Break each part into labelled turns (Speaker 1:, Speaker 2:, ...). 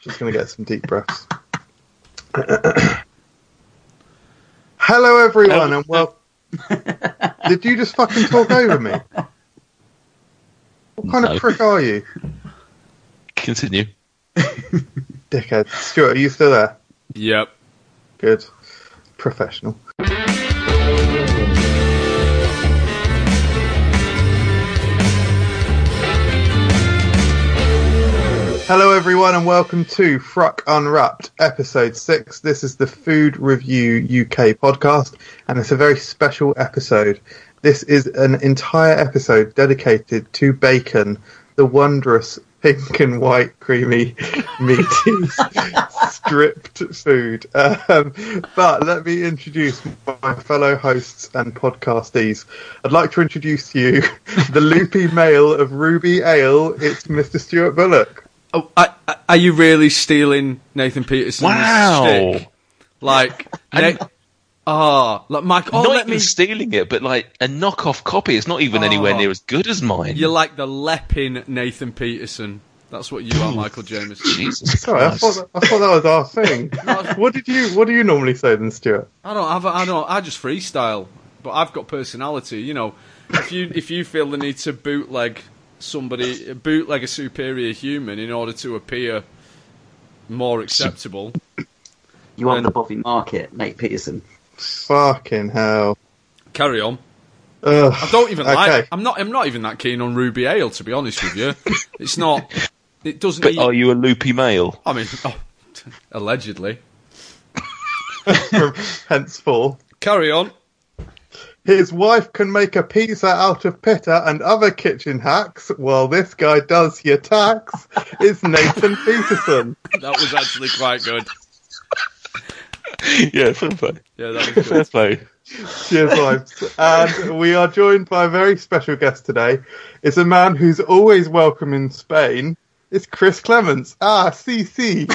Speaker 1: Just going to get some deep breaths. Hello, everyone, and well. Did you just fucking talk over me? What kind
Speaker 2: No.
Speaker 1: of prick are you,
Speaker 2: Continue.
Speaker 1: dickhead? Stuart, are you still there?
Speaker 3: Yep.
Speaker 1: Good. Professional. Hello, everyone, and welcome to Fruck Unwrapped, episode six. This is the Food Review UK podcast, and it's a very special episode. This is an entire episode dedicated to bacon, the wondrous pink and white creamy meaty stripped food. Um, but let me introduce my fellow hosts and podcastees. I'd like to introduce you the loopy male of Ruby Ale. It's Mr. Stuart Bullock.
Speaker 3: Oh, I, I- are you really stealing Nathan Peterson's
Speaker 2: Wow.
Speaker 3: shtick? Like,
Speaker 2: And-
Speaker 3: Na- ah, like Mike. Oh,
Speaker 2: not
Speaker 3: let
Speaker 2: even
Speaker 3: me.
Speaker 2: stealing it, but like a knockoff copy. It's not even anywhere
Speaker 3: Oh.
Speaker 2: near as good as mine.
Speaker 3: You're like the lepping Nathan Peterson. That's what you are, Michael Jameson.
Speaker 2: Jesus
Speaker 1: Sorry, I
Speaker 2: Christ.
Speaker 1: thought, I thought that was our thing. what did you What do you normally say then, Stuart?
Speaker 3: I don't have. a- I don't. I just freestyle, but I've got personality. You know, if you if you feel the need to bootleg somebody, bootleg a superior human in order to appear more acceptable.
Speaker 4: You
Speaker 3: Um,
Speaker 4: want the Bobby Market, Nate Peterson.
Speaker 1: Fucking hell.
Speaker 3: Carry on.
Speaker 1: Ugh.
Speaker 3: I don't even
Speaker 1: okay.
Speaker 3: like. I'm not. I'm not even that keen on Ruby Ale, to be honest with you. It's not. It doesn't.
Speaker 2: But
Speaker 3: eat-
Speaker 1: oh,
Speaker 2: are you a loopy male?
Speaker 3: I mean, oh, allegedly.
Speaker 1: From henceforth.
Speaker 3: Carry on.
Speaker 1: His wife can make a pizza out of pitta and other kitchen hacks, while this guy does your tax. It's Nathan Peterson.
Speaker 3: That was actually quite good.
Speaker 2: yeah, fair play.
Speaker 3: Yeah, that was good.
Speaker 2: play.
Speaker 1: Cheers, vibes. And we are joined by a very special guest today. It's a man who's always welcome in Spain. It's Chris Clements. Ah, CC.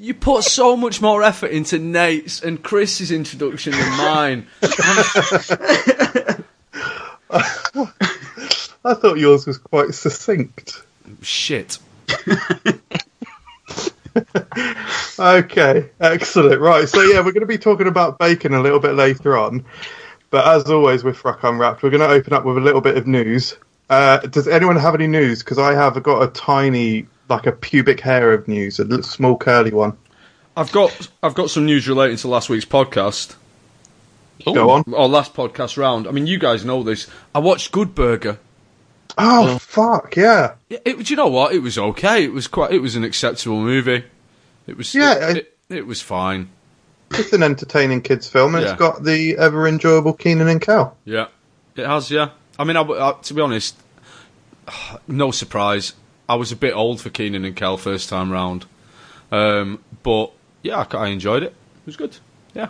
Speaker 3: You put so much more effort into Nate's and Chris's introduction than mine.
Speaker 1: I thought yours was quite succinct.
Speaker 3: Shit.
Speaker 1: Okay, excellent. Right, so yeah, we're going to be talking about bacon a little bit later on. But as always with Frack Unwrapped, we're going to open up with a little bit of news. Uh, does anyone have any news? Because I have got a tiny, like a pubic hair of news, a little small curly one.
Speaker 3: I've got I've got some news relating to last week's podcast
Speaker 1: Go on.
Speaker 3: or last podcast round. I mean, you guys know this. I watched Good Burger.
Speaker 1: Oh, fuck, yeah.
Speaker 3: Yeah, It, do you know what? It was okay. It was quite. It was an acceptable movie. It was.
Speaker 1: Yeah,
Speaker 3: It,
Speaker 1: I-
Speaker 3: it, it was fine.
Speaker 1: It's an entertaining kids' film, and
Speaker 3: Yeah.
Speaker 1: it's got the ever enjoyable Keenan and Kel.
Speaker 3: Yeah, it has. Yeah, I mean, I, w- I- to be honest, no surprise. I was a bit old for Keenan and Kel first time round, um, but yeah, I, ca- I enjoyed it. It was good. Yeah,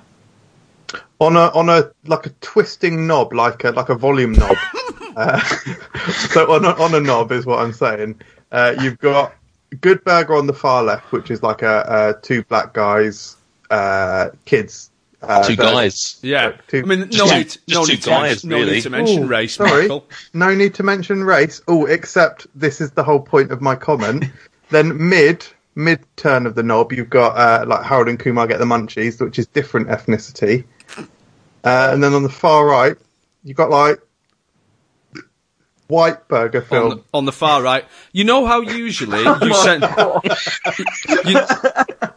Speaker 1: on a on a like a twisting knob, like a like a volume knob. uh, so on a, on a knob is what I'm saying. Uh, you've got Good Burger on the far left, which is like a, a two black guys, uh, kids. Uh,
Speaker 2: Two
Speaker 1: burger.
Speaker 2: guys.
Speaker 3: yeah.
Speaker 1: Like two-
Speaker 3: I mean, no
Speaker 2: Just two-
Speaker 3: need,
Speaker 2: just
Speaker 3: no
Speaker 2: two
Speaker 3: need to
Speaker 2: guys,
Speaker 3: mention, no
Speaker 2: really.
Speaker 3: need to mention
Speaker 1: Ooh,
Speaker 3: race,
Speaker 1: sorry.
Speaker 3: Michael.
Speaker 1: No need to mention race. Oh, except this is the whole point of my comment. then mid mid turn of the knob, you've got uh, like Harold and Kumar get the munchies, which is different ethnicity. Uh, and then on the far right, you've got like white burger
Speaker 3: On
Speaker 1: film.
Speaker 3: the, on the far right, you know how usually
Speaker 2: Oh
Speaker 3: you send. you,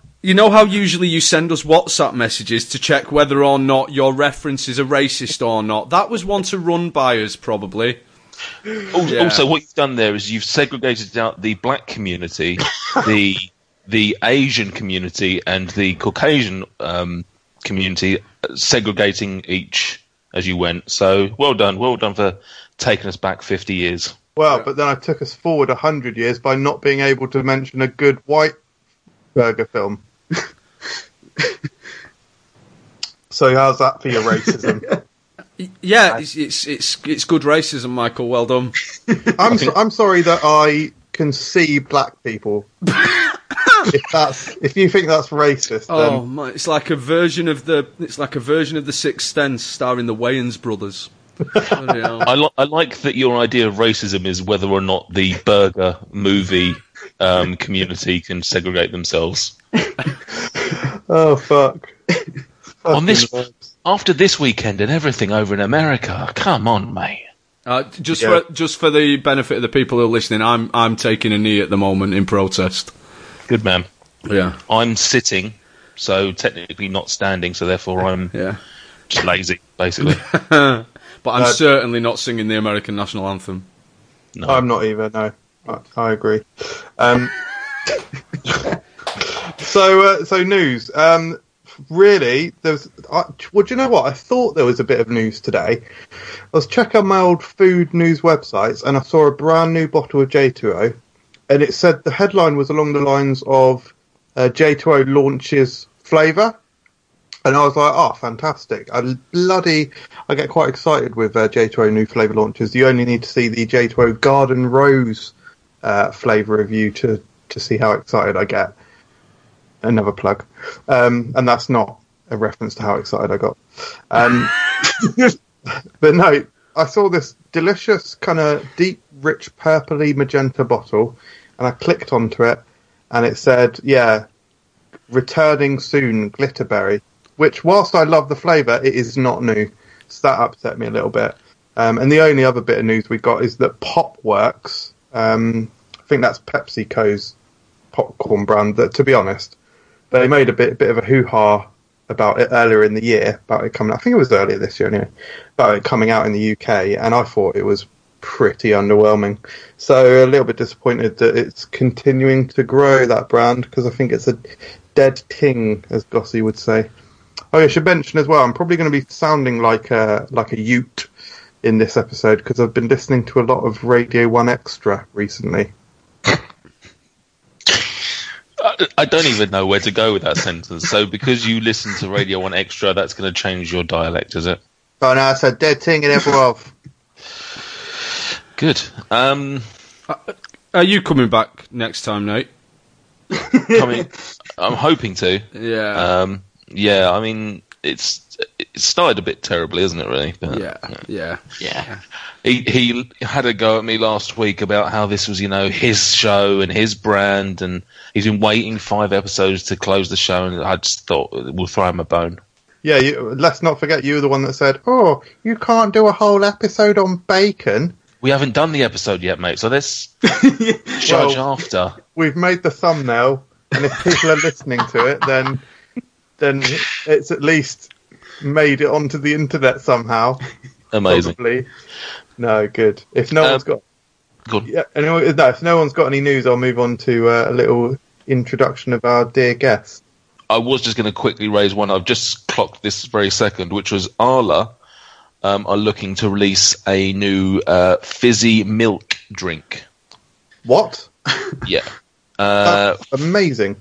Speaker 3: you know how usually you send us WhatsApp messages to check whether or not your references are racist or not. That was one to run by us, probably.
Speaker 2: Al-
Speaker 3: Yeah.
Speaker 2: Also, what you've done there is you've segregated out the black community, the the Asian community, and the Caucasian um, community, uh, segregating each as you went. So, well done, well done for taking us back fifty years.
Speaker 1: well, but then I took us forward hundred years by not being able to mention a good white burger film. so how's that for your racism?
Speaker 3: Yeah, it's, it's it's it's good racism, Michael. Well done.
Speaker 1: I'm so, I'm sorry that I can see black people. if that's if you think that's racist,
Speaker 3: Oh
Speaker 1: then
Speaker 3: my, it's like a version of the it's like a version of the Sixth Sense starring the Wayans brothers. Bloody hell.
Speaker 2: I, li- I like that your idea of racism is whether or not the burger movie um, community can segregate themselves.
Speaker 1: Oh fuck.
Speaker 2: On this-
Speaker 1: Fucking vibes.
Speaker 2: After this weekend and everything over in America, come on, mate.
Speaker 3: Uh, just
Speaker 1: Yeah.
Speaker 3: for just for the benefit of the people who are listening, I'm I'm taking a knee at the moment in protest.
Speaker 2: Good man.
Speaker 3: Yeah,
Speaker 2: I'm sitting, so technically not standing, so therefore I'm
Speaker 3: yeah.
Speaker 2: just lazy, basically.
Speaker 3: But I'm
Speaker 1: Uh,
Speaker 3: certainly not singing the American national anthem.
Speaker 2: No.
Speaker 1: I'm not either. No, I, I agree. Um, so, uh, so news. Um, really, there's. I, well, do you know what? I thought there was a bit of news today. I was checking my old food news websites, and I saw a brand new bottle of J2O, and it said the headline was along the lines of uh, J2O launches flavour. And I was like, oh, fantastic. I bloody, I get quite excited with uh, J2O new flavour launches. You only need to see the J2O Garden Rose uh, flavour review to, to see how excited I get. Another plug. Um, and that's not a reference to how excited I got. Um, but no, I saw this delicious, kind of deep, rich, purpley magenta bottle, and I clicked onto it, and it said, yeah, returning soon, Glitterberry, which, whilst I love the flavour, it is not new. So that upset me a little bit. Um, and the only other bit of news we got is that Popworks, um, I think that's PepsiCo's popcorn brand, that, to be honest, they made a bit, bit of a hoo ha about it earlier in the year, about it coming I think it was earlier this year anyway, about it coming out in the UK, and I thought it was pretty underwhelming. So a little bit disappointed that it's continuing to grow that brand because I think it's a dead ting, as Gossy would say. Oh, I should mention as well. I'm probably going to be sounding like a like a Ute in this episode because I've been listening to a lot of Radio One Extra recently.
Speaker 2: I, I don't even know where to go with that sentence. So because you listen to Radio 1 Extra, that's going to change your dialect, is it?
Speaker 1: Oh no, it's a dead ting in Everov.
Speaker 2: Good. Um,
Speaker 3: Are you coming back next time, Nate?
Speaker 2: coming, I'm hoping to.
Speaker 3: Yeah,
Speaker 2: Um, yeah, I mean, it's it started a bit terribly, isn't it? Really. But
Speaker 3: yeah, yeah.
Speaker 4: Yeah.
Speaker 2: He he had a go at me last week about how this was, you know, his show and his brand, and he's been waiting five episodes to close the show, and I just thought we'll throw him a bone.
Speaker 1: Yeah, you, let's not forget you were the one that said, "Oh, you can't do a whole episode on bacon."
Speaker 2: We haven't done the episode yet, mate. So let's judge
Speaker 1: Well-
Speaker 2: after.
Speaker 1: We've made the thumbnail, and if people are listening to it, then then it's at least made it onto the internet somehow.
Speaker 2: Amazing.
Speaker 1: Probably. No, good. If no
Speaker 2: Um,
Speaker 1: one's got
Speaker 2: Good.
Speaker 1: Yeah, anyway, no, if no one's got any news, I'll move on to uh, a little introduction of our dear guest.
Speaker 2: I was just going to quickly raise one. I've just clocked this very second, which was Arla um, are looking to release a new uh, fizzy milk drink.
Speaker 1: What?
Speaker 2: Yeah. Uh,
Speaker 1: Amazing.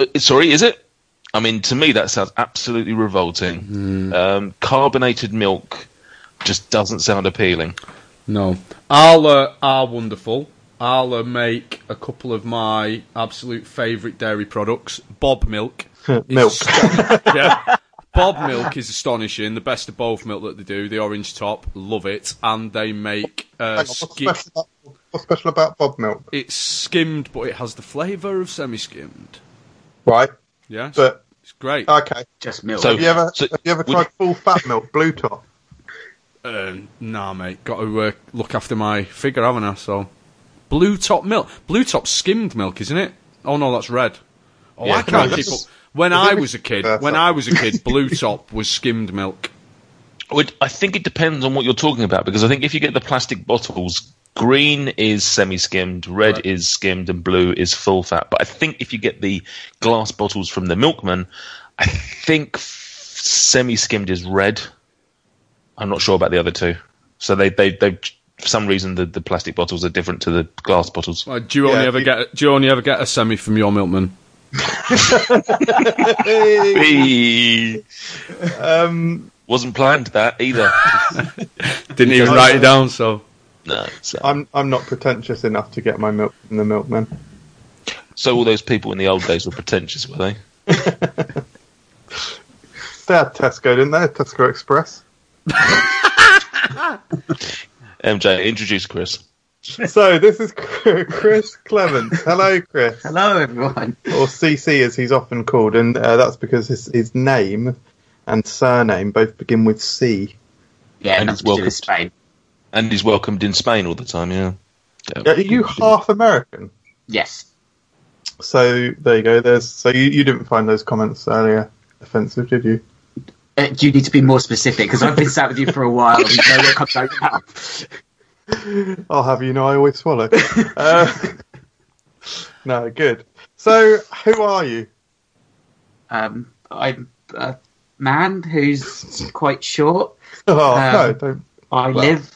Speaker 2: uh, sorry, is it? I mean, to me, that sounds absolutely revolting. Um, carbonated milk just doesn't sound appealing.
Speaker 3: No, Arla are wonderful. Arla make a couple of my absolute favourite dairy products. Bob Milk, is
Speaker 1: Milk.
Speaker 3: aston- yeah. Bob Milk is astonishing. The best of both milk that they do. The orange top, love it, and they make uh,
Speaker 1: Hang on, what's,
Speaker 3: skim.
Speaker 1: special about, what's special about Bob Milk?
Speaker 3: It's skimmed, but it has the flavour of semi-skimmed.
Speaker 1: Right,
Speaker 3: Yeah,
Speaker 1: but
Speaker 3: it's great.
Speaker 1: okay.
Speaker 4: Just milk.
Speaker 2: So-
Speaker 1: Have you ever
Speaker 2: So-
Speaker 1: have you ever
Speaker 2: would-
Speaker 1: tried full fat milk, blue top?
Speaker 3: Um, nah, mate. Got to uh, look after my figure, haven't I? So, blue top milk, blue top skimmed milk, isn't it? Oh no, that's red. Oh,
Speaker 2: Yeah,
Speaker 3: I can't
Speaker 1: no,
Speaker 3: keep up.
Speaker 1: that's-
Speaker 3: When
Speaker 1: I think
Speaker 3: I
Speaker 1: we-
Speaker 3: was a kid,
Speaker 1: Yeah,
Speaker 3: when
Speaker 1: so-
Speaker 3: I was a kid, blue top was skimmed milk.
Speaker 2: Which I think it depends on what you're talking about because I think if you get the plastic bottles, green is semi skimmed, red
Speaker 3: Right.
Speaker 2: is skimmed, and blue is full fat. But I think if you get the glass bottles from the milkman, I think semi skimmed is red. I'm not sure about the other two. So they, they, they, for some reason, the, the plastic bottles are different to the glass bottles.
Speaker 3: Like, Uh, do you
Speaker 1: Yeah,
Speaker 3: only
Speaker 1: if
Speaker 3: ever
Speaker 1: you-
Speaker 3: get? Do you only ever get a semi from your milkman?
Speaker 1: Hey,
Speaker 2: Hey,
Speaker 1: um,
Speaker 2: Wasn't planned that either.
Speaker 3: Didn't even
Speaker 1: Yeah.
Speaker 3: write it down. So,
Speaker 2: no. So.
Speaker 1: I'm I'm not pretentious enough to get my milk from the milkman.
Speaker 2: so all those people in the old days were pretentious, were they?
Speaker 1: They had Tesco, didn't they? Tesco Express.
Speaker 2: MJ, introduce Chris.
Speaker 1: So this is Chris Clements. Hello, Chris,
Speaker 4: Hello, everyone.
Speaker 1: or CC as he's often called, and uh, that's because his, his name and surname both begin with C.
Speaker 4: Yeah,
Speaker 2: And
Speaker 4: and
Speaker 2: it's
Speaker 4: it's welcome.
Speaker 2: welcomed.
Speaker 4: Spain.
Speaker 2: And he's welcomed in Spain all the time, yeah.
Speaker 1: Are you half American?
Speaker 4: Yes.
Speaker 1: So there you go. There's so you, you didn't find those comments earlier offensive, did you?
Speaker 4: Uh, do you need to be more specific? Because I've been sat with you for a while and no one comes out now.
Speaker 1: I'll have you know I always swallow. uh, no, good. So who are you?
Speaker 4: Um, I'm a man who's quite short.
Speaker 1: Oh no,
Speaker 4: Um,
Speaker 1: don't.
Speaker 4: I
Speaker 2: Well-
Speaker 4: live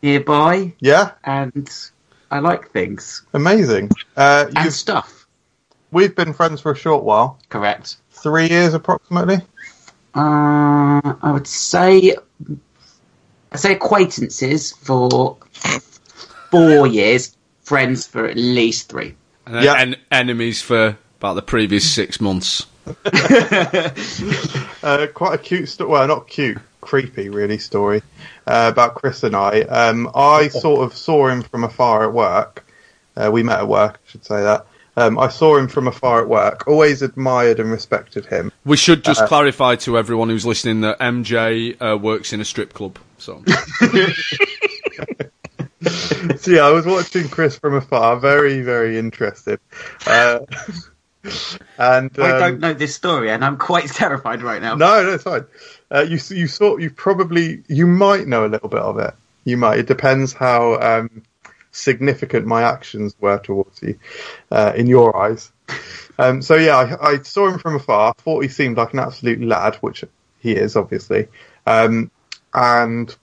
Speaker 4: nearby
Speaker 1: Yeah,
Speaker 4: and I like things
Speaker 1: amazing. Uh,
Speaker 4: and
Speaker 1: you've,
Speaker 4: stuff.
Speaker 1: we've been friends for a short while,
Speaker 4: Correct.
Speaker 1: three years approximately.
Speaker 4: Uh, I would say I say acquaintances for four years, friends for at least three.
Speaker 3: And, then
Speaker 1: Yeah.
Speaker 3: en- enemies for about the previous six months.
Speaker 1: Uh, quite a cute story. Well, not cute, creepy, really story uh, about Chris and I. Um, I sort of saw him from afar at work. Uh, we met at work, I should say that. Um, I saw him from afar at work. Always admired and respected him.
Speaker 3: We should just clarify to everyone who's listening that MJ uh, works in a strip club. So
Speaker 1: So yeah, I was watching Chris from afar, very, very interested. Uh, and
Speaker 4: I
Speaker 1: um,
Speaker 4: don't know this story, and I'm quite terrified right now.
Speaker 1: No, no, it's fine. Uh, you you sort you probably you might know a little bit of it. You might. It depends how um, significant my actions were towards you uh, in your eyes. Um, so yeah, I, I saw him from afar. Thought he seemed like an absolute lad, which he is obviously. Um, and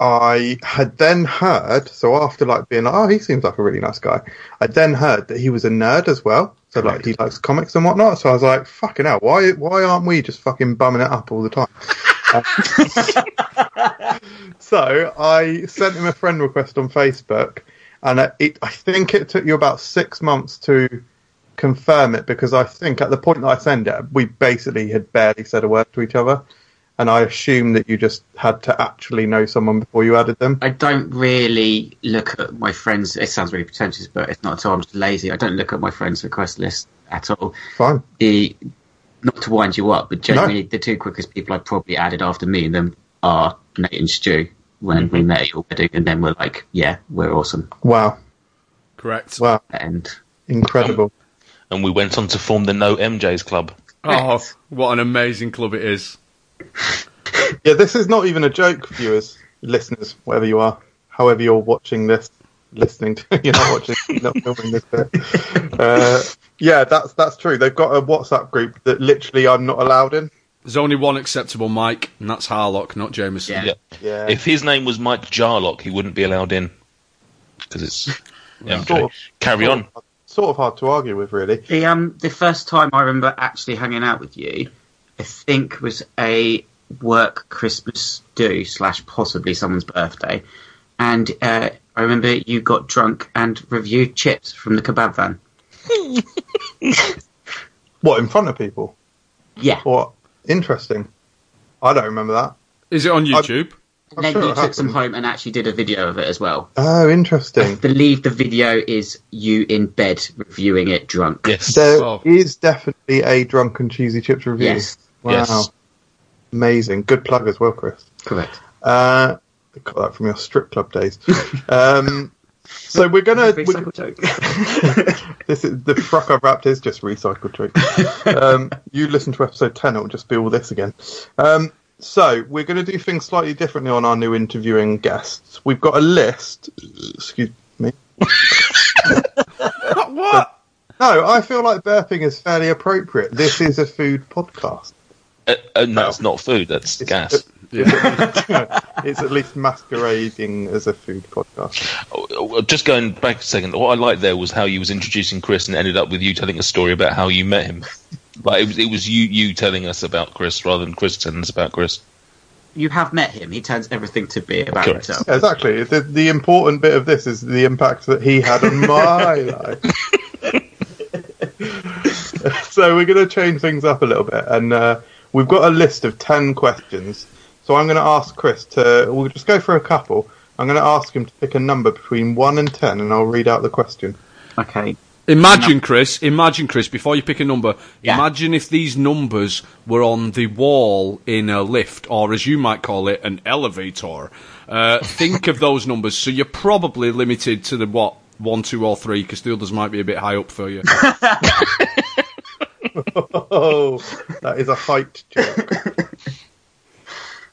Speaker 1: I had then heard. So after like being like, oh, he seems like a really nice guy. I then heard that he was a nerd as well. So like he likes comics and whatnot. So I was like, fucking hell, why why aren't we just fucking bumming it up all the time? Uh, so I sent him a friend request on Facebook, and I- it, I think it took you about six months to confirm it because I think at the point that I sent it, we basically had barely said a word to each other, and I assumed that you just had to actually know someone before you added them.
Speaker 4: I don't really look at my friends. It sounds really pretentious, but it's not at all. I'm just lazy. I don't look at my friends' request list at all.
Speaker 1: Fine.
Speaker 4: The not to wind you up, but generally the two quickest people I probably added after me and them are Nate and Stu when
Speaker 1: Mm-hmm.
Speaker 4: we met at your wedding, and then we're like, yeah, we're awesome,
Speaker 1: Wow.
Speaker 3: correct.
Speaker 1: Wow.
Speaker 4: and
Speaker 1: Incredible.
Speaker 2: And we went on to form the No MJs Club.
Speaker 3: oh, what an amazing club it is!
Speaker 1: Yeah, this is not even a joke, viewers, listeners, whatever you are, however you're watching this, listening to you're not watching, you're not filming this bit. Uh, yeah, that's that's true. They've got a WhatsApp group that literally I'm not allowed in.
Speaker 3: There's only one acceptable mic, and that's Harlock, not Jameson.
Speaker 4: Yeah.
Speaker 2: Yeah.
Speaker 1: Yeah.
Speaker 2: If his name was Mike Jarlock, he wouldn't be allowed in. Because it's MJ.
Speaker 1: Sort of.
Speaker 2: Carry on.
Speaker 1: Sort of hard to argue with, really.
Speaker 4: The um the first time I remember actually hanging out with you, I think was a work Christmas do slash possibly someone's birthday, and uh, I remember you got drunk and reviewed chips from the kebab van.
Speaker 1: What in front of people?
Speaker 4: Yeah,
Speaker 1: What interesting? I don't remember that.
Speaker 3: Is it on YouTube?
Speaker 1: I'm
Speaker 4: and then
Speaker 1: sure
Speaker 4: you
Speaker 1: it
Speaker 4: took some
Speaker 1: happened.
Speaker 4: home and actually did a video of it as well.
Speaker 1: Oh,
Speaker 4: I
Speaker 1: interesting.
Speaker 4: believe the video is you in bed reviewing it drunk.
Speaker 2: Yes.
Speaker 1: There is
Speaker 3: Oh.
Speaker 1: definitely a drunken cheesy chips review.
Speaker 4: Yes.
Speaker 1: Wow.
Speaker 2: Yes.
Speaker 1: Amazing. Good plug as well, Chris.
Speaker 4: correct.
Speaker 1: Uh, I got that from your strip club days. um, so we're gonna.
Speaker 4: Very
Speaker 1: we-
Speaker 4: subtle joke.
Speaker 1: this is the truck I wrapped is just recycled trick. um, you listen to episode ten; it'll just be all this again. Um, so we're going to do things slightly differently on our new interviewing guests. We've got a list. Excuse me. Uh,
Speaker 3: what?
Speaker 1: No, I feel like burping is fairly appropriate. This is a food podcast.
Speaker 2: Uh, uh, no, it's not food. That's
Speaker 1: It's-
Speaker 2: gas.
Speaker 3: Yeah.
Speaker 1: It's at least masquerading as a food podcast.
Speaker 2: Oh, oh, Just going back a second, what I liked there was how you was introducing Chris and ended up with you telling a story about how you met him. Like it was, it was you you telling us about Chris rather than Chris telling us about Chris.
Speaker 4: you have met him. He turns everything to be about
Speaker 2: Correct.
Speaker 4: himself.
Speaker 1: Exactly. The, the important bit of this is the impact that he had on my life. so we're going to change things up a little bit, and uh, we've got a list of ten questions. So I'm going to ask Chris to. We'll just go for a couple. I'm going to ask him to pick a number between one and ten, and I'll read out the question.
Speaker 4: Okay.
Speaker 3: Imagine, Chris. Imagine, Chris. Before you pick a number,
Speaker 4: Yeah.
Speaker 3: imagine if these numbers were on the wall in a lift, or as you might call it, an elevator. Uh, think of those numbers. So you're probably limited to the what one, two, or three, because the others might be a bit high up for you.
Speaker 1: Oh, that is a height joke.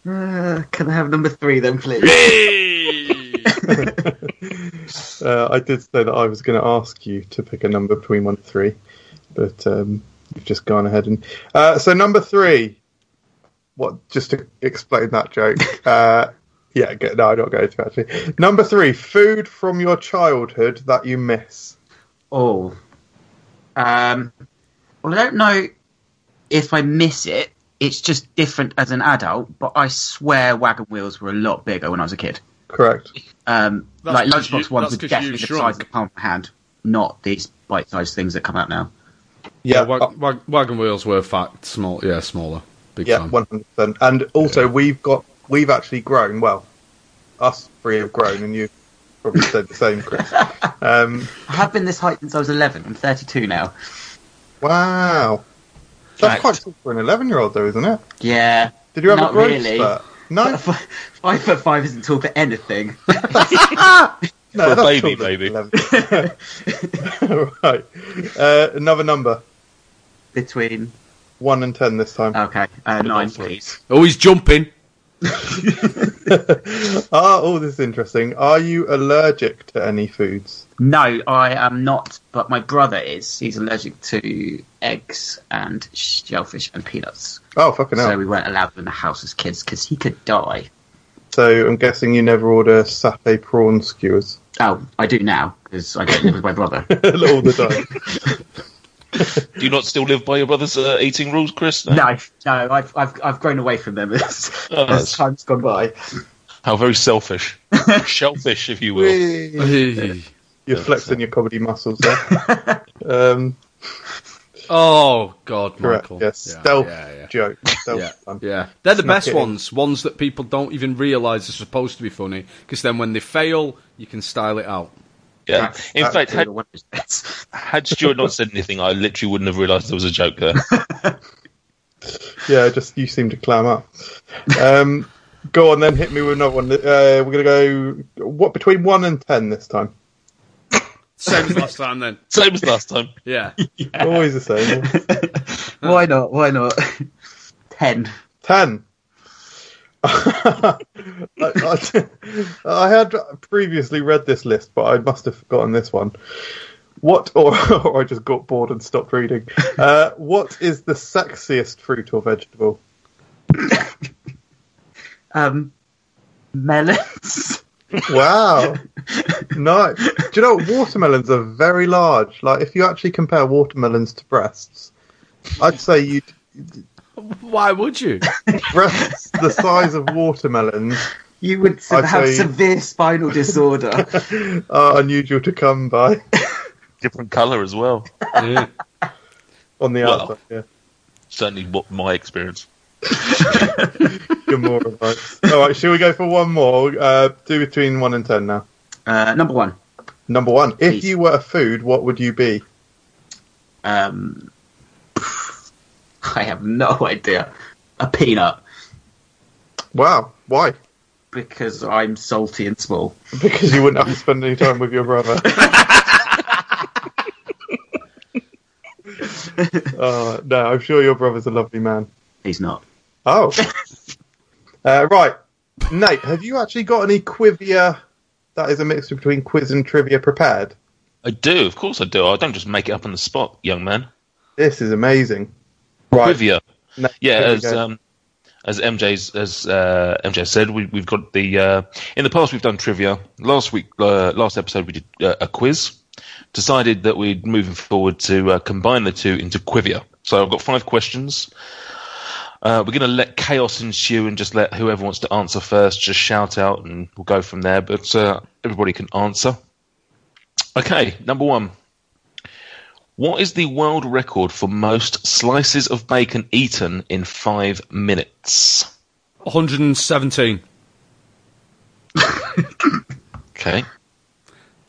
Speaker 4: Uh, can I have number three then, please?
Speaker 1: Uh, I did say that I was going to ask you to pick a number between one and three, but um, you've just gone ahead and. Uh, so number three. What? Just to explain that joke. Uh, yeah, go, no, I'm not going to actually. Number three, food from your childhood that you miss.
Speaker 4: Oh. Um, well, I don't know if I miss it. It's just different as an adult, but I swear wagon wheels were a lot bigger when I was a kid.
Speaker 1: Correct.
Speaker 4: Um,
Speaker 3: That's
Speaker 4: like
Speaker 3: 'cause
Speaker 4: lunchbox
Speaker 3: you-
Speaker 4: ones
Speaker 3: that's
Speaker 4: were
Speaker 3: 'cause
Speaker 4: definitely
Speaker 3: you've
Speaker 4: the
Speaker 3: shrunk.
Speaker 4: size of the palm of my hand, not these bite-sized things that come out now.
Speaker 1: Yeah.
Speaker 3: Wa- wa- wagon wheels were fat, small, yeah, smaller, big
Speaker 1: Yeah,
Speaker 3: time.
Speaker 1: one hundred percent. And also, we've got we've actually grown. Well, us three have grown, and you probably said the same, Chris. Um,
Speaker 4: I have been this height since I was 11. I'm 32 now.
Speaker 1: wow,
Speaker 2: Fact.
Speaker 1: that's quite tall for an eleven-year-old, though, isn't it?
Speaker 4: Yeah.
Speaker 1: Did you have
Speaker 4: Not
Speaker 1: a growth
Speaker 4: really.
Speaker 1: spurt? No, no,
Speaker 4: Five foot five isn't tall for anything.
Speaker 2: For a
Speaker 1: that's
Speaker 2: baby,
Speaker 1: taller
Speaker 2: maybe.
Speaker 1: than 11. right. Uh, another number,
Speaker 4: Between
Speaker 1: one and ten this time.
Speaker 4: okay, uh, nine,
Speaker 2: three.
Speaker 4: please.
Speaker 3: Oh, he's jumping.
Speaker 1: Ah, oh, this is interesting. Are you allergic to any foods?
Speaker 4: No, I am not. But my brother is. He's allergic to eggs and shellfish and peanuts.
Speaker 1: Oh, fucking hell!
Speaker 4: So we weren't allowed in the house as kids because he could die.
Speaker 1: so I'm guessing you never order satay prawn skewers.
Speaker 4: Oh, I do now because I don't live with my brother.
Speaker 1: all the time.
Speaker 2: Do you not still live by your brother's uh, eating rules, Chris?
Speaker 4: no, no, I've I've I've grown away from them as,
Speaker 2: Oh,
Speaker 4: as
Speaker 2: that's-
Speaker 4: time's gone by.
Speaker 2: How very selfish. Shellfish, if you will.
Speaker 1: Whee! You're
Speaker 2: Yeah,
Speaker 1: flexing your comedy muscles there. um,
Speaker 3: oh God,
Speaker 1: correct.
Speaker 3: Michael.
Speaker 1: Yes.
Speaker 3: Yeah,
Speaker 1: stealth
Speaker 3: yeah, yeah.
Speaker 1: joke. Stealth
Speaker 3: Yeah,
Speaker 1: one.
Speaker 3: yeah. They're the
Speaker 1: Snuck
Speaker 3: best
Speaker 1: it in.
Speaker 3: ones, ones that people don't even realise are supposed to be funny, because then when they fail, you can style it out.
Speaker 2: Yeah. In
Speaker 1: That-
Speaker 2: fact, had,
Speaker 4: That's-
Speaker 2: had Stuart not said anything, I literally wouldn't have realised there was a joke there.
Speaker 1: Yeah, Just you seem to clam up. Um, go on, then hit me with another one. Uh, we're gonna go what between one and ten this time.
Speaker 3: Same as last time, then.
Speaker 2: Same as last time.
Speaker 3: Yeah.
Speaker 1: Always the same.
Speaker 4: Why not? Why not? Ten.
Speaker 1: Ten. I, I- I had previously read this list, but I must have forgotten this one. What, or, or I just got bored and stopped reading. Uh, what is the sexiest fruit or vegetable?
Speaker 4: Um, melons.
Speaker 1: Wow. no. Do you know what? Watermelons are very large. Like, if you actually compare watermelons to breasts, I'd say you
Speaker 3: Why would you?
Speaker 1: breasts the size of watermelons
Speaker 4: You would
Speaker 1: I'd
Speaker 4: have
Speaker 1: say-
Speaker 4: severe spinal disorder.
Speaker 1: are unusual to come by
Speaker 2: Different colour as well.
Speaker 3: Yeah.
Speaker 1: on the
Speaker 2: Well.
Speaker 1: outside. Yeah.
Speaker 2: Certainly, what my experience.
Speaker 1: Good morning, folks. All right, shall we go for one more? Uh, do between one and ten now.
Speaker 4: uh, number one.
Speaker 1: Number one, if
Speaker 4: Please.
Speaker 1: you were a food, what would you be?
Speaker 4: Um, I have no idea. A peanut
Speaker 1: Wow, why?
Speaker 4: because I'm salty and small.
Speaker 1: Because you wouldn't have to spend any time with your brother. uh, no, I'm sure your brother's a lovely man.
Speaker 4: He's not.
Speaker 1: Oh, uh, right, Nate, have you actually got any quivia? That is a mixture between quiz and trivia prepared.
Speaker 2: I do, of course I do. I don't just make it up on the spot, young man.
Speaker 1: This is amazing. Right,
Speaker 2: Quivia.
Speaker 1: Nate,
Speaker 2: Yeah,
Speaker 1: here we
Speaker 2: as
Speaker 1: go.
Speaker 2: um, as MJ's as uh, MJ said, we, we've got the uh, in the past we've done trivia. Last week, uh, last episode, we did uh, a quiz. Decided that we're moving forward to uh, combine the two into Quivia. So I've got five questions. Uh, we're going to let chaos ensue and just let whoever wants to answer first just shout out, and we'll go from there. But uh, everybody can answer. Okay, number one. What is the world record for most slices of bacon eaten in five minutes?
Speaker 3: 117.
Speaker 2: Okay.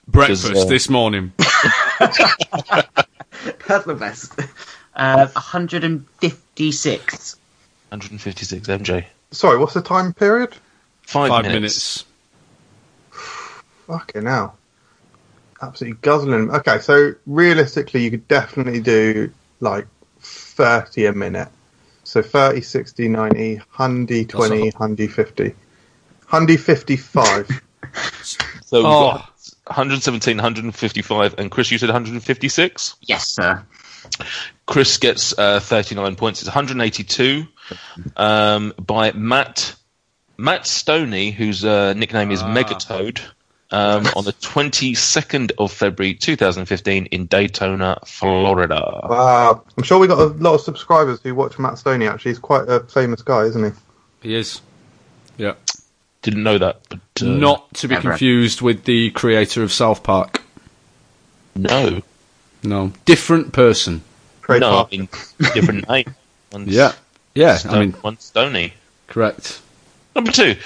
Speaker 3: Breakfast
Speaker 2: Does, uh,
Speaker 3: this morning.
Speaker 4: That's the best. Uh, 156.
Speaker 2: 156 MJ.
Speaker 1: Sorry, what's the time period?
Speaker 2: Five,
Speaker 3: Five
Speaker 2: minutes.
Speaker 3: minutes.
Speaker 1: Fucking hell. Absolutely guzzling. Okay, so realistically, you could definitely do like 30 a minute. So 30, 60, 90, 100, 20, 150. 155.
Speaker 2: So we've
Speaker 3: Oh.
Speaker 2: got 117, 155, and Chris, you said 156.
Speaker 4: Yes, sir.
Speaker 2: Chris gets uh, 39 points. It's 182 um, by Matt Matt Stoney, whose uh, nickname is
Speaker 3: Ah.
Speaker 2: Megatoad, um, on the 22nd of February 2015 in Daytona, Florida.
Speaker 1: wow. I'm sure we got a lot of subscribers who watch Matt Stoney, actually. He's quite a famous guy, isn't he?
Speaker 3: He is. Yeah.
Speaker 2: Didn't know that, but uh,
Speaker 3: Not to be
Speaker 4: Never.
Speaker 3: confused with the creator of South Park.
Speaker 2: no,
Speaker 3: No. Different person.
Speaker 1: Trey
Speaker 2: no, I
Speaker 1: Parker.
Speaker 2: mean different name. One's
Speaker 3: Yeah, I
Speaker 2: Stone-
Speaker 3: mean,
Speaker 2: one's Stoney.
Speaker 3: correct.
Speaker 2: Number two,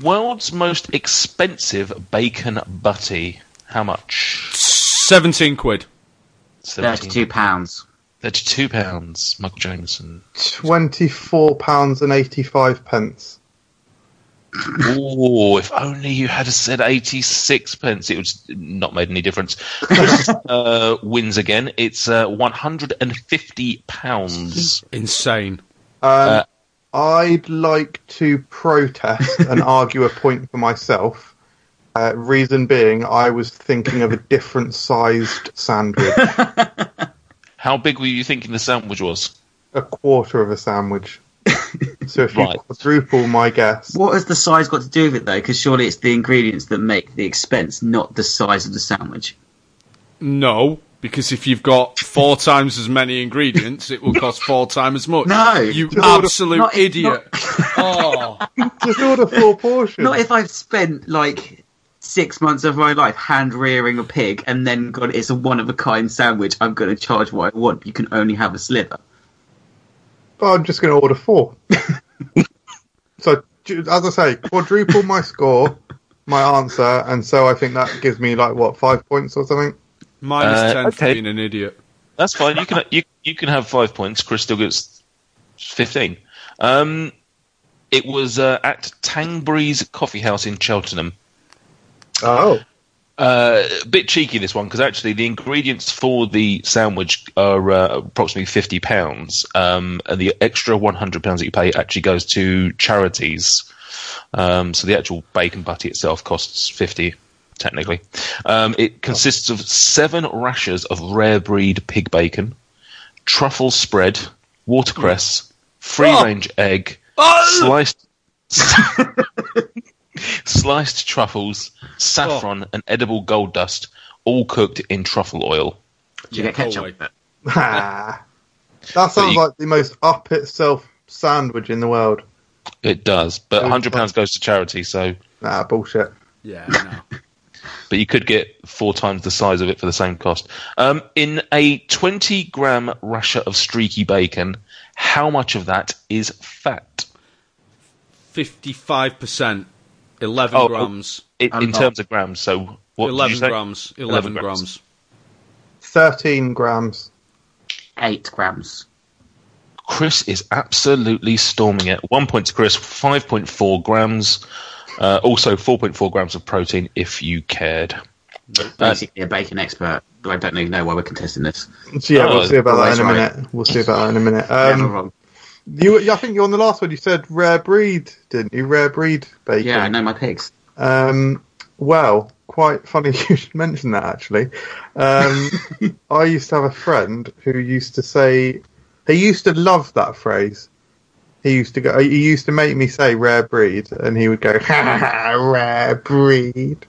Speaker 2: world's most expensive bacon butty. How much?
Speaker 3: 17 quid.
Speaker 4: 32 pounds.
Speaker 2: 32 pounds. Michael Jameson.
Speaker 1: £24.85. pence.
Speaker 2: Oh, if only you had said 86 pence, it would s- not made any difference. Chris uh, wins again. It's uh, 150 pounds.
Speaker 3: Insane.
Speaker 1: Um,
Speaker 2: Uh,
Speaker 1: I'd like to protest and argue a point for myself. Uh, reason being, I was thinking of a different sized sandwich,
Speaker 2: How big were you thinking the sandwich was?
Speaker 1: a quarter of a sandwich. So if
Speaker 2: Right.
Speaker 1: you quadruple my guess,
Speaker 4: What has the size got to do with it, though? Because surely it's the ingredients that make the expense, not the size of the sandwich.
Speaker 3: No, because if you've got four times as many ingredients, it will cost four times as much.
Speaker 4: No.
Speaker 3: You
Speaker 1: Just order-
Speaker 3: absolute
Speaker 4: Not if-
Speaker 3: idiot. oh.
Speaker 1: just order four portions.
Speaker 4: Not if I've spent, like, six months of my life hand rearing a pig and then got it's a one of a kind sandwich. I'm going to charge what I want. You can only have a sliver.
Speaker 1: But I'm just going to order four. so, ju- as I say, quadruple my score, my answer, and so I think that gives me like what five points or something.
Speaker 3: Minus
Speaker 2: Uh,
Speaker 3: 10 for
Speaker 2: okay.
Speaker 3: being an idiot.
Speaker 2: That's fine. You can you you can have five points. Chris still gets fifteen. Um, it was uh, at Tangbury's Coffee House in Cheltenham.
Speaker 1: Oh,
Speaker 2: Uh, a bit cheeky this one because actually the ingredients for the sandwich are uh, approximately fifty pounds, um, and the extra one hundred pounds that you pay actually goes to charities. Um, so the actual bacon butty itself costs fifty. Technically, um, it consists of seven rashers of rare breed pig bacon, truffle spread, watercress, free range egg, sliced sliced truffles, saffron, and edible gold dust, all cooked in truffle oil.
Speaker 4: Do you
Speaker 3: Yeah,
Speaker 4: get ketchup?
Speaker 3: totally.
Speaker 4: with it?
Speaker 1: Ah, that sounds
Speaker 2: you-
Speaker 1: like the most up itself sandwich in the world.
Speaker 2: It does, but
Speaker 1: Oh,
Speaker 2: hundred pounds
Speaker 1: fuck.
Speaker 2: goes to charity. So,
Speaker 1: Nah, bullshit.
Speaker 3: Yeah, no.
Speaker 2: but you could get four times the size of it for the same cost. Um, in a twenty gram rasher of streaky bacon, how much of that is fat?
Speaker 3: 55%. 11
Speaker 2: Oh,
Speaker 3: grams.
Speaker 2: It, in
Speaker 4: Um,
Speaker 2: terms of grams, so what? did you
Speaker 3: 11
Speaker 2: say?
Speaker 3: grams. 11,
Speaker 2: 11 grams.
Speaker 3: grams.
Speaker 1: 13 grams.
Speaker 4: Eight grams.
Speaker 2: Chris is absolutely storming it. One point to Chris, 5.4 grams. Uh, also, 4.4 grams of protein if you cared.
Speaker 4: Basically, a bacon expert. but I don't even know why we're contesting this.
Speaker 1: So, yeah,
Speaker 2: Oh,
Speaker 1: we'll see about that
Speaker 4: always
Speaker 1: in a
Speaker 4: right.
Speaker 1: minute. We'll see about that in a minute.
Speaker 4: Never
Speaker 1: Um,
Speaker 4: wrong.
Speaker 1: you, I think you on the last one. You said rare breed, didn't you? Rare breed bacon.
Speaker 4: Yeah, I know my pigs.
Speaker 1: Um, well, quite funny you should mention that actually. Um, I used to have a friend who used to say he used to love that phrase. He used to go. He used to make me say "rare breed," and he would go "Ha ha, rare breed."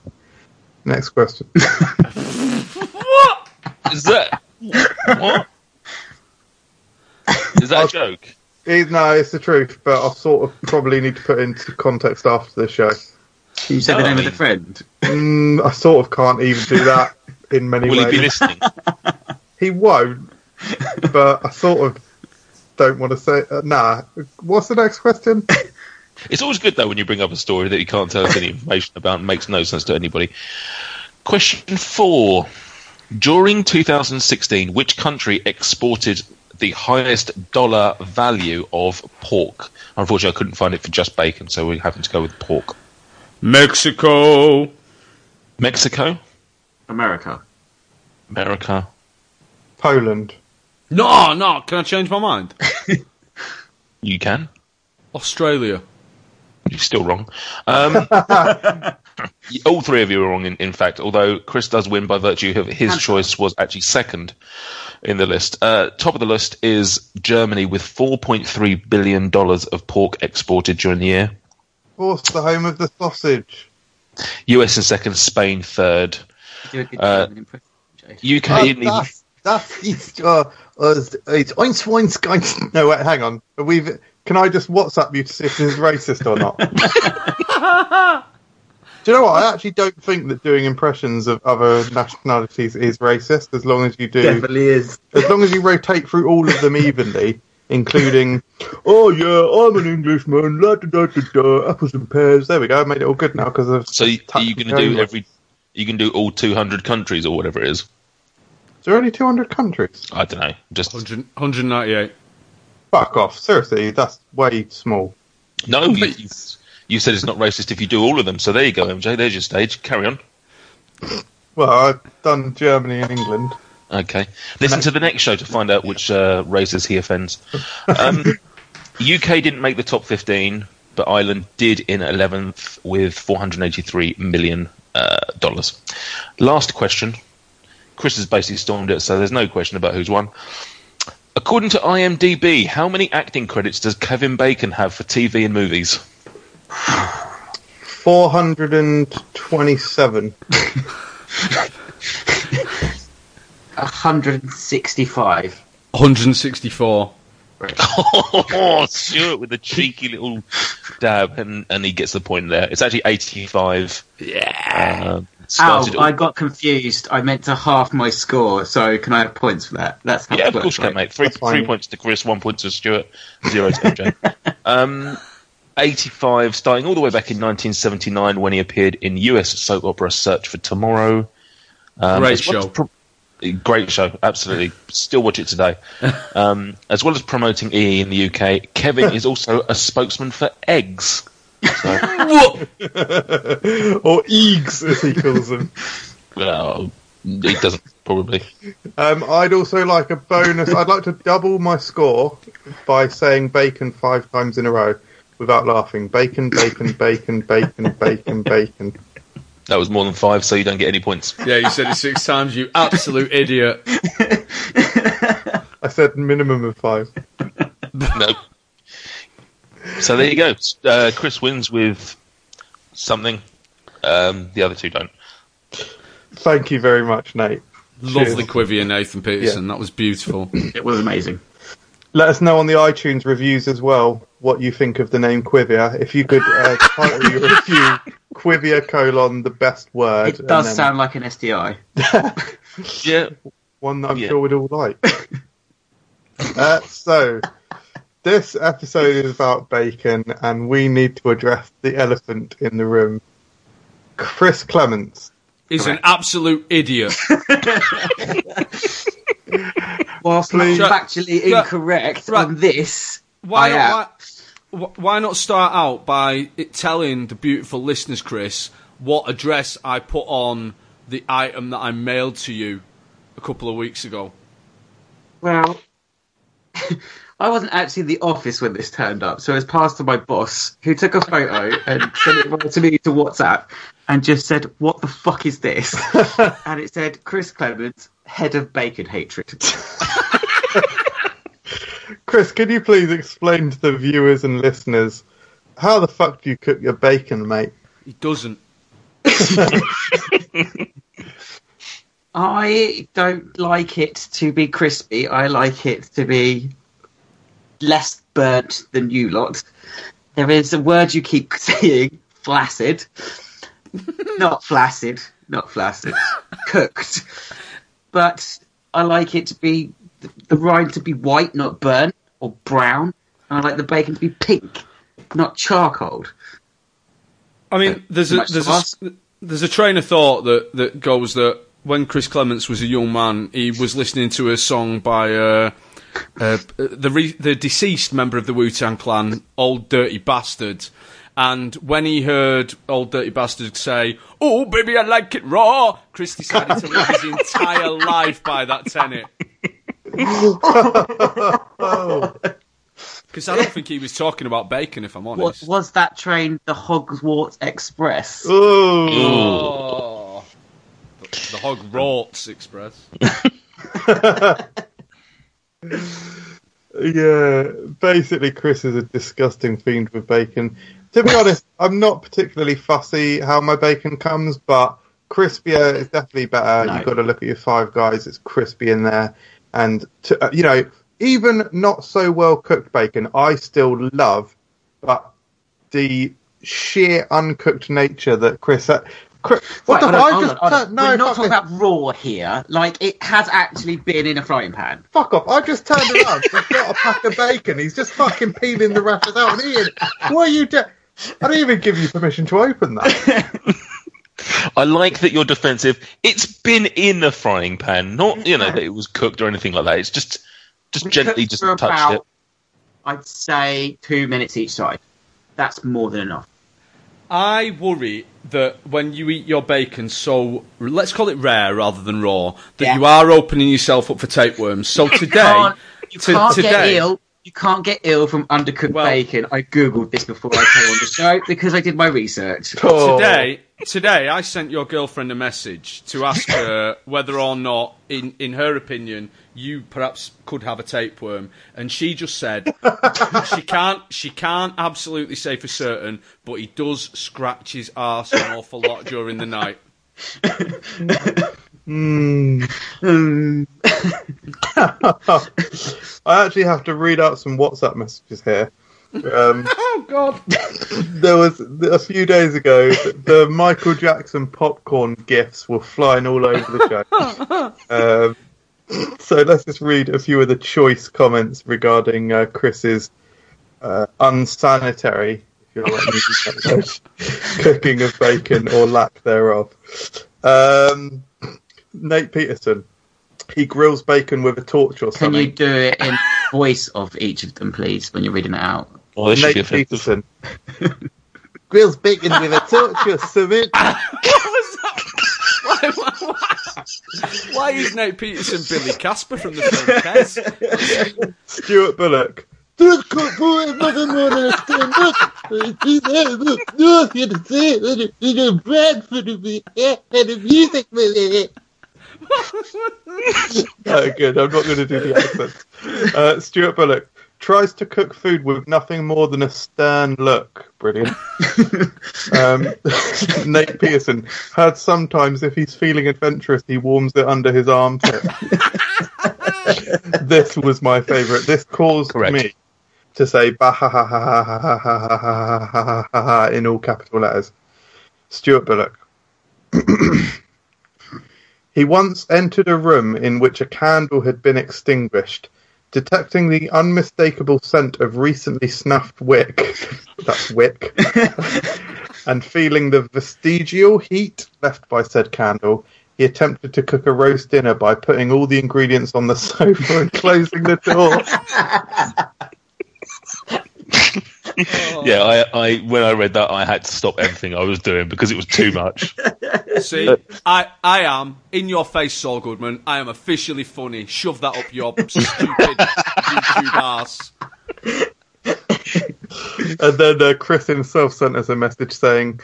Speaker 1: Next question.
Speaker 3: What?
Speaker 2: Is that. what? Is that a joke?
Speaker 1: Eh, No, it's the truth, but I sort of probably need to put into context after the show.
Speaker 4: You said
Speaker 2: Oh,
Speaker 4: the name
Speaker 2: I
Speaker 4: of
Speaker 2: mean-
Speaker 4: the friend.
Speaker 1: Mm, I sort of can't even do that in many
Speaker 2: Will he
Speaker 1: ways.
Speaker 2: be listening?
Speaker 1: He won't, but I sort of don't want to say. Uh, nah. What's the next question?
Speaker 2: It's always good though when you bring up a story that you can't tell us any information about and makes no sense to anybody. Question four: During 2016, which country exported the highest dollar value of pork? Unfortunately, I couldn't find it for just bacon, so we're having to go with pork.
Speaker 3: Mexico.
Speaker 2: Mexico,
Speaker 4: America.
Speaker 2: America.
Speaker 1: Poland.
Speaker 3: No, no. Can I change my mind?
Speaker 2: You can.
Speaker 3: Australia.
Speaker 2: You're still wrong. Um, all three of you are wrong, in, in fact, although Chris does win by virtue of his choice was actually second in the list. Uh, top of the list is Germany with $4.3 billion of pork exported during the year.
Speaker 1: Of course, the home of the sausage.
Speaker 2: US in second, Spain third.
Speaker 4: You do a good
Speaker 2: Uh,
Speaker 4: job in impressing Jay.
Speaker 2: UK
Speaker 1: Das,
Speaker 2: in the,
Speaker 1: das, das ist, uh, uh, it's Einstein's. No, wait, hang on. We've. Can I just WhatsApp you to see if this is racist or not? Do you know what? I actually don't think that doing impressions of other nationalities is racist, as long as you do,
Speaker 4: Definitely is.
Speaker 1: as long as you rotate through all of them evenly, including. Oh yeah, I'm an Englishman. La da da da da. Apples and pears. There we go. I made it all good now because of.
Speaker 2: so you, are you going to do every? You can do all 200 countries or whatever it is.
Speaker 1: Is there only 200 countries?
Speaker 2: I don't know. Just
Speaker 3: 100, 198.
Speaker 1: Fuck off. Seriously, that's way small.
Speaker 2: no. You, you, you said it's not racist if you do all of them. So there you go, MJ. There's your stage. Carry on.
Speaker 1: Well, I've done Germany and England.
Speaker 2: Okay. Listen to the next show to find out which uh, races he offends. Um, UK didn't make the top 15, but Ireland did in 11th with $483 million. Uh, dollars. Last question. Chris has basically stormed it, so there's no question about who's won. According to IMDb, how many acting credits does Kevin Bacon have for TV and movies?
Speaker 1: 427.
Speaker 4: 165.
Speaker 3: 164.
Speaker 2: oh, Stuart with a cheeky little dab, and, and he gets the point there. It's actually 85. Yeah.
Speaker 4: Oh,
Speaker 2: started
Speaker 4: I got confused. I meant to half my score, so can I have points for that? That's how
Speaker 2: yeah,
Speaker 4: it
Speaker 2: of course
Speaker 4: works,
Speaker 2: you can,
Speaker 4: right?
Speaker 2: mate. Three,
Speaker 1: That's fine.
Speaker 2: three points to Chris, one point to Stuart, zero to MJ. um, 85, starting all the way back in 1979 when he appeared in US soap opera Search for Tomorrow. Um,
Speaker 3: Great
Speaker 2: as well as
Speaker 3: show.
Speaker 2: pro- great show, absolutely. Still watch it today. Um, as well as promoting EE in the UK, Kevin is also a spokesman for eggs.
Speaker 3: Whoa!
Speaker 1: or EGS, as he calls them.
Speaker 2: Well, it doesn't probably.
Speaker 1: Um, I'd also like a bonus. I'd like to double my score by saying bacon five times in a row without laughing. Bacon, bacon, bacon, bacon, bacon, bacon.
Speaker 2: That was more than five, so you don't get any points.
Speaker 3: Yeah, you said it six times, you absolute idiot.
Speaker 1: I said minimum of five.
Speaker 2: No. So there you go. Uh, Chris wins with something. Um, the other two don't.
Speaker 1: Thank you very much, Nate.
Speaker 3: Lovely
Speaker 1: Cheers.
Speaker 3: quiver, Nathan Peterson. That was beautiful.
Speaker 4: It was amazing.
Speaker 1: Let us know on the iTunes reviews as well what you think of the name Quivia. If you could uh, title your review Quivia colon the best word.
Speaker 4: It does
Speaker 1: and then
Speaker 4: sound like an SDI.
Speaker 2: Yeah.
Speaker 1: one that I'm
Speaker 2: yeah.
Speaker 1: sure we'd all like. uh, so this episode is about bacon, and we need to address the elephant in the room. Chris Clements.
Speaker 3: He's an absolute idiot.
Speaker 4: Whilst
Speaker 1: Please.
Speaker 4: not factually
Speaker 3: Yeah.
Speaker 4: incorrect
Speaker 3: Right.
Speaker 4: on this,
Speaker 3: Why,
Speaker 4: I am.
Speaker 3: not, why, wh- why not start out by it telling the beautiful listeners, Chris, what address I put on the item that I mailed to you a couple of weeks ago?
Speaker 4: Well, I wasn't actually in the office when this turned up, so it was passed to my boss, who took a photo and sent it right to me to WhatsApp and just said, What the fuck is this? and it said, Chris Clements, head of bacon hatred.
Speaker 1: Chris, could you please explain to the viewers and listeners how the fuck do you cook your bacon, mate?
Speaker 3: He doesn't.
Speaker 4: I don't like it to be crispy, I like it to be less burnt than you lot. There is a word you keep saying, flaccid. not flaccid, not flaccid. Cooked. But I like it to be the rind to be white, not burnt, or brown. And I like the bacon to be pink. not charcoaled.
Speaker 3: I mean, there's a
Speaker 4: much
Speaker 3: there's
Speaker 4: to ask.
Speaker 3: a, there's a train of thought that that goes that when Chris Clements was a young man, he was listening to a song by uh, uh, the re- the deceased member of the Wu Tang Clan, Old Dirty Bastard. And when he heard Old Dirty Bastard say, "Oh, baby, I like it raw," Chris decided to live his entire life by that tenet. Because I don't think he was talking about bacon, if I'm
Speaker 4: Was,
Speaker 3: honest.
Speaker 4: was that train the Hogwarts Express?
Speaker 1: Ooh.
Speaker 3: Oh. The, the Hog Rorts Express.
Speaker 1: Yeah, basically, Chris is a disgusting fiend for bacon. To be honest, I'm not particularly fussy how my bacon comes, but crispier is definitely better.
Speaker 4: No.
Speaker 1: You've got to look at your five guys; it's crispy in there, and to, uh, you know, even not so well cooked bacon, I still love. But the sheer uncooked nature that Chris, uh, Chris what
Speaker 4: Right,
Speaker 1: the?
Speaker 4: hold
Speaker 1: I
Speaker 4: on,
Speaker 1: just
Speaker 4: hold on, hold
Speaker 1: turned-
Speaker 4: on.
Speaker 1: no,
Speaker 4: We're not
Speaker 1: fuck
Speaker 4: talking
Speaker 1: this.
Speaker 4: about raw here. Like it has actually been in a frying pan.
Speaker 1: Fuck off. I just turned around. He's got a pack of bacon. He's just fucking peeling the wrappers out and eating. it. What are you doing? I didn't even give you permission to open that.
Speaker 2: I like that you're defensive. It's been in a frying pan, not you know that it was cooked or anything like that. It's just just
Speaker 4: We
Speaker 2: gently
Speaker 4: cooked
Speaker 2: just
Speaker 4: for
Speaker 2: touched
Speaker 4: about,
Speaker 2: it.
Speaker 4: I'd say two minutes each side. That's more than enough.
Speaker 3: I worry that when you eat your bacon so, let's call it rare rather than raw, that
Speaker 4: Yeah.
Speaker 3: you are opening yourself up for tapeworms. So today,
Speaker 4: can't- You
Speaker 3: to-
Speaker 4: can't
Speaker 3: today,
Speaker 4: get ill. You can't get ill from undercooked
Speaker 3: Well-
Speaker 4: bacon. I googled this before I came on the show because I did my research.
Speaker 3: today, today, I sent your girlfriend a message to ask her whether or not, in, in her opinion, you perhaps could have a tapeworm, and she just said she can't. She can't absolutely say for certain, but he does scratch his arse an awful lot during the night.
Speaker 1: I actually have to read out some WhatsApp messages here. Um,
Speaker 3: Oh God!
Speaker 1: there was a few days ago the Michael Jackson popcorn gifts were flying all over the show. um, so let's just read a few of the choice comments regarding uh, Chris's uh, unsanitary, if you'll let me use that word, cooking of bacon or lack thereof. Um, Nate Peterson, he grills bacon with a torch or
Speaker 4: Can you
Speaker 1: something.
Speaker 4: do it in voice of each of them, please, when you're reading it out?
Speaker 2: Well, Oh, this
Speaker 1: Nate
Speaker 2: should be offensive.
Speaker 1: Peterson. Grills bacon with a torch or something.
Speaker 3: What was that? Why, why, why- why is Nate Peterson Billy Casper from the film Kes?
Speaker 1: Stuart Bullock. Don't go for it, nothing more than a stand up. He's there, look, look, you can see it. He's a brand for the music, and the music with it. Oh, good. I'm not going to do the accent. Uh, Stuart Bullock tries to cook food with nothing more than a stern look. Brilliant. um, Nate Pearson heard sometimes if he's feeling adventurous, he warms it under his armpit. this was my favourite. This caused
Speaker 2: Correct.
Speaker 1: me to say "bah ha ha ha ha ha ha ha ha ha ha ha ha ha" in all capital letters. Stuart Bullock. He once entered a room in which a candle had been extinguished. Detecting the unmistakable scent of recently snuffed wick, that's wick, and feeling the vestigial heat left by said candle, he attempted to cook a roast dinner by putting all the ingredients on the sofa and closing the door.
Speaker 2: Yeah, I, I when I read that, I had to stop everything I was doing because it was too much.
Speaker 3: See, I, I am in your face, Saul Goodman. I am officially funny. Shove that up your stupid YouTube ass.
Speaker 1: And then uh, Chris himself sent us a message saying,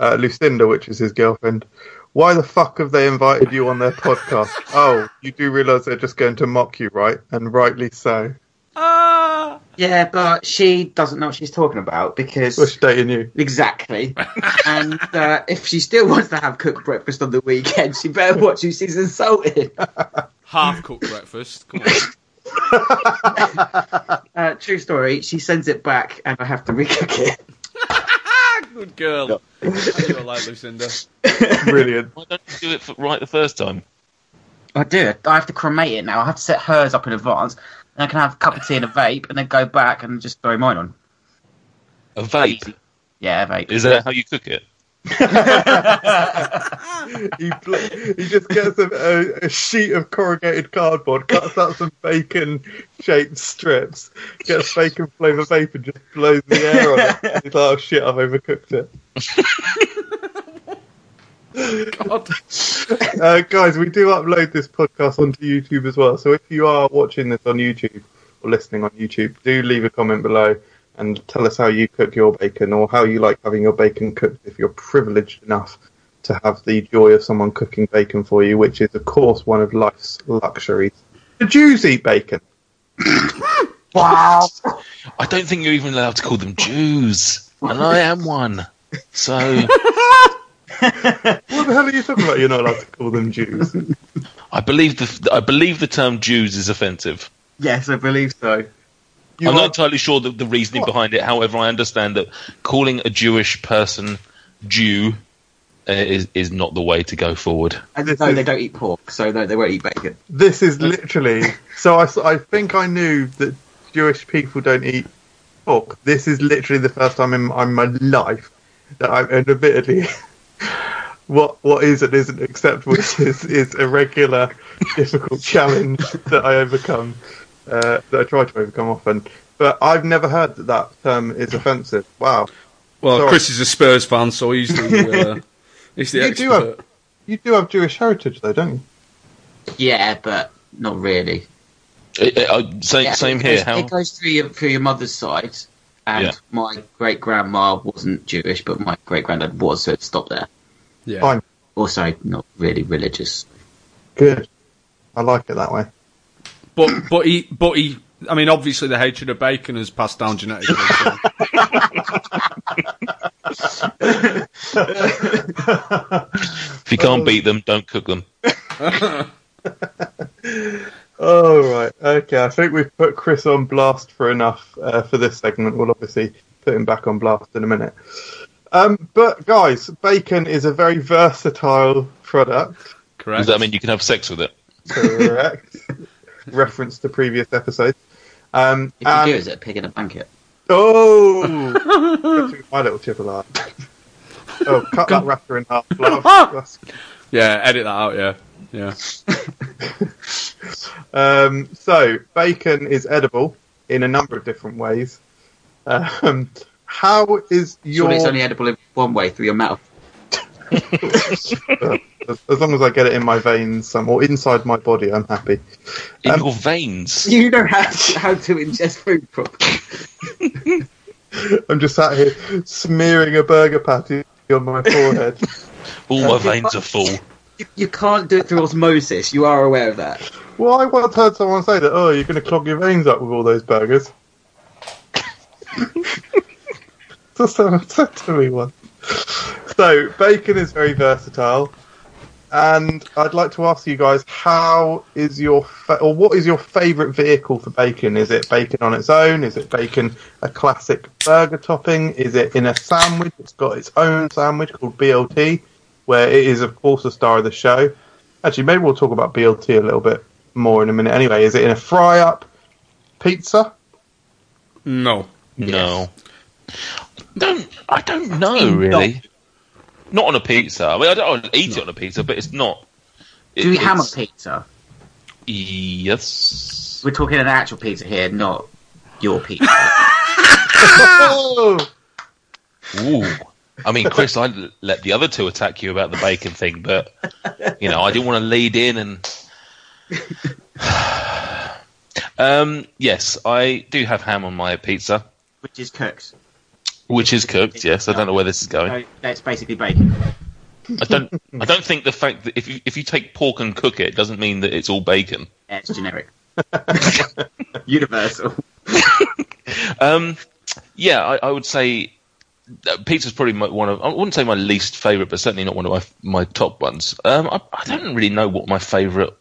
Speaker 1: uh, Lucinda, which is his girlfriend, why the fuck have they invited you on their podcast? Oh, you do realise they're just going to mock you, right? And rightly so.
Speaker 3: Ah!
Speaker 4: Yeah, but she doesn't know what she's talking about because
Speaker 1: Bush dating you.
Speaker 4: exactly. and uh, if she still wants to have cooked breakfast on the weekend, she better watch who she's insulted.
Speaker 3: Half cooked breakfast. Come on.
Speaker 4: Uh, true story. She sends it back, and I have to recook it.
Speaker 3: Ah, Good girl. I knew I liked Lucinda.
Speaker 1: Brilliant.
Speaker 2: Why don't you do it for, right the first time?
Speaker 4: I do. I have to cremate it now. I have to set hers up in advance, and I can have a cup of tea and a vape, and then go back and just throw mine on.
Speaker 2: A vape.
Speaker 4: Yeah, a vape.
Speaker 2: Is that how you cook it?
Speaker 1: He, bl- he just gets a, a, a sheet of corrugated cardboard, cuts out some bacon shaped strips, gets bacon flavour vape, and just blows the air on it. He's like, oh shit, I've overcooked it.
Speaker 3: God.
Speaker 1: Uh, guys, we do upload this podcast onto YouTube as well. So if you are watching this on YouTube or listening on YouTube, do leave a comment below and tell us how you cook your bacon or how you like having your bacon cooked if you're privileged enough to have the joy of someone cooking bacon for you, which is, of course, one of life's luxuries. The Jews eat bacon.
Speaker 4: Wow.
Speaker 2: I don't think you're even allowed to call them Jews, and I am one. So
Speaker 1: What the hell are you talking about? You're not allowed to call them Jews.
Speaker 2: I believe the I believe the term Jews is offensive.
Speaker 4: yes, I believe so.
Speaker 1: You
Speaker 2: I'm
Speaker 1: are-
Speaker 2: not entirely sure the, the reasoning behind it. However, I understand that calling a Jewish person Jew uh, is is not the way to go forward.
Speaker 4: And
Speaker 1: This
Speaker 4: no,
Speaker 1: is-
Speaker 4: they don't eat pork, so no, they won't eat bacon.
Speaker 1: This is literally. So I, s- I think I knew that Jewish people don't eat pork. This is literally the first time in, in my life that I'm, and admittedly, what what is and isn't acceptable is is a regular difficult challenge that I overcome, uh, that I try to overcome often. But I've never heard that that term is offensive. Wow,
Speaker 3: Well,
Speaker 1: Sorry.
Speaker 3: Chris is a Spurs fan, so he's the uh, he's the
Speaker 1: You
Speaker 3: expert.
Speaker 1: do have- you do have Jewish heritage though, don't you?
Speaker 4: Yeah, but not really.
Speaker 2: Uh, uh, uh, same
Speaker 4: Yeah,
Speaker 2: same
Speaker 4: it
Speaker 2: here.
Speaker 4: Goes,
Speaker 2: How
Speaker 4: It goes through your, through your mother's side, and
Speaker 2: Yeah.
Speaker 4: my great grandma wasn't Jewish, but my great granddad was, so it stopped there.
Speaker 3: yeah.
Speaker 1: Fine,
Speaker 4: Also, not really religious.
Speaker 1: good. I like it that way.
Speaker 3: But but he but he. I mean, obviously, the hatred of bacon has passed down genetically. so-
Speaker 2: if you can't beat them, don't cook them.
Speaker 1: All right. Okay. I think we've put Chris on blast for enough uh, for this segment. We'll obviously put him back on blast in a minute. Um, but guys, bacon is a very versatile product.
Speaker 3: Correct.
Speaker 2: Does that mean you can have sex with it?
Speaker 1: Correct. Reference to previous episodes. Um,
Speaker 4: If you
Speaker 1: and-
Speaker 4: do, is it a pig in a blanket?
Speaker 1: Oh, my little chip of that. Oh, cut that wrapper in half. love. That's
Speaker 3: yeah, edit that out. Yeah, yeah.
Speaker 1: Um, so, bacon is edible in a number of different ways. Um, how is your.
Speaker 4: Surely it's only edible in one way through your mouth.
Speaker 1: as, as long as I get it in my veins some, or inside my body, I'm happy.
Speaker 2: In
Speaker 1: Um,
Speaker 2: your veins.
Speaker 4: You know how to, how to ingest food properly.
Speaker 1: I'm just sat here smearing a burger patty on my forehead.
Speaker 2: All my veins are full.
Speaker 4: You, you can't do it through osmosis. You are aware of that.
Speaker 1: well, I once heard someone say that, oh, you're going to clog your veins up with all those burgers. That's someone said to me once. So, bacon is very versatile. And I'd like to ask you guys, how is your fa- or what is your favourite vehicle for bacon? Is it bacon on its own? Is it bacon a classic burger topping? Is it in a sandwich? It's got its own sandwich called BLT, where it is of course the star of the show. Actually, maybe we'll talk about BLT a little bit more in a minute. Anyway, is it in a fry-up pizza?
Speaker 3: No.
Speaker 2: No. Don't I don't know really. Not on a pizza. I mean, I don't I'll eat it on a pizza, but it's not. It-
Speaker 4: Do we
Speaker 2: it's-
Speaker 4: hammer pizza?
Speaker 2: Yes.
Speaker 4: We're talking an actual pizza here, not your pizza.
Speaker 1: Oh,
Speaker 2: Ooh. I mean, Chris, I let the other two attack you about the bacon thing, but you know, I didn't want to lead in and. um. Yes, I do have ham on my pizza,
Speaker 4: which is cooked.
Speaker 2: which is cooked. Yes, I don't know where this is going.
Speaker 4: So that's basically bacon.
Speaker 2: I don't. I don't think the fact that if you, if you take pork and cook it doesn't mean that it's all bacon.
Speaker 4: Yeah, it's generic. Universal.
Speaker 2: Um, yeah, I, I would say that pizza's probably my, one of. I wouldn't say my least favorite, but certainly not one of my my top ones. Um, I, I don't really know what my favorite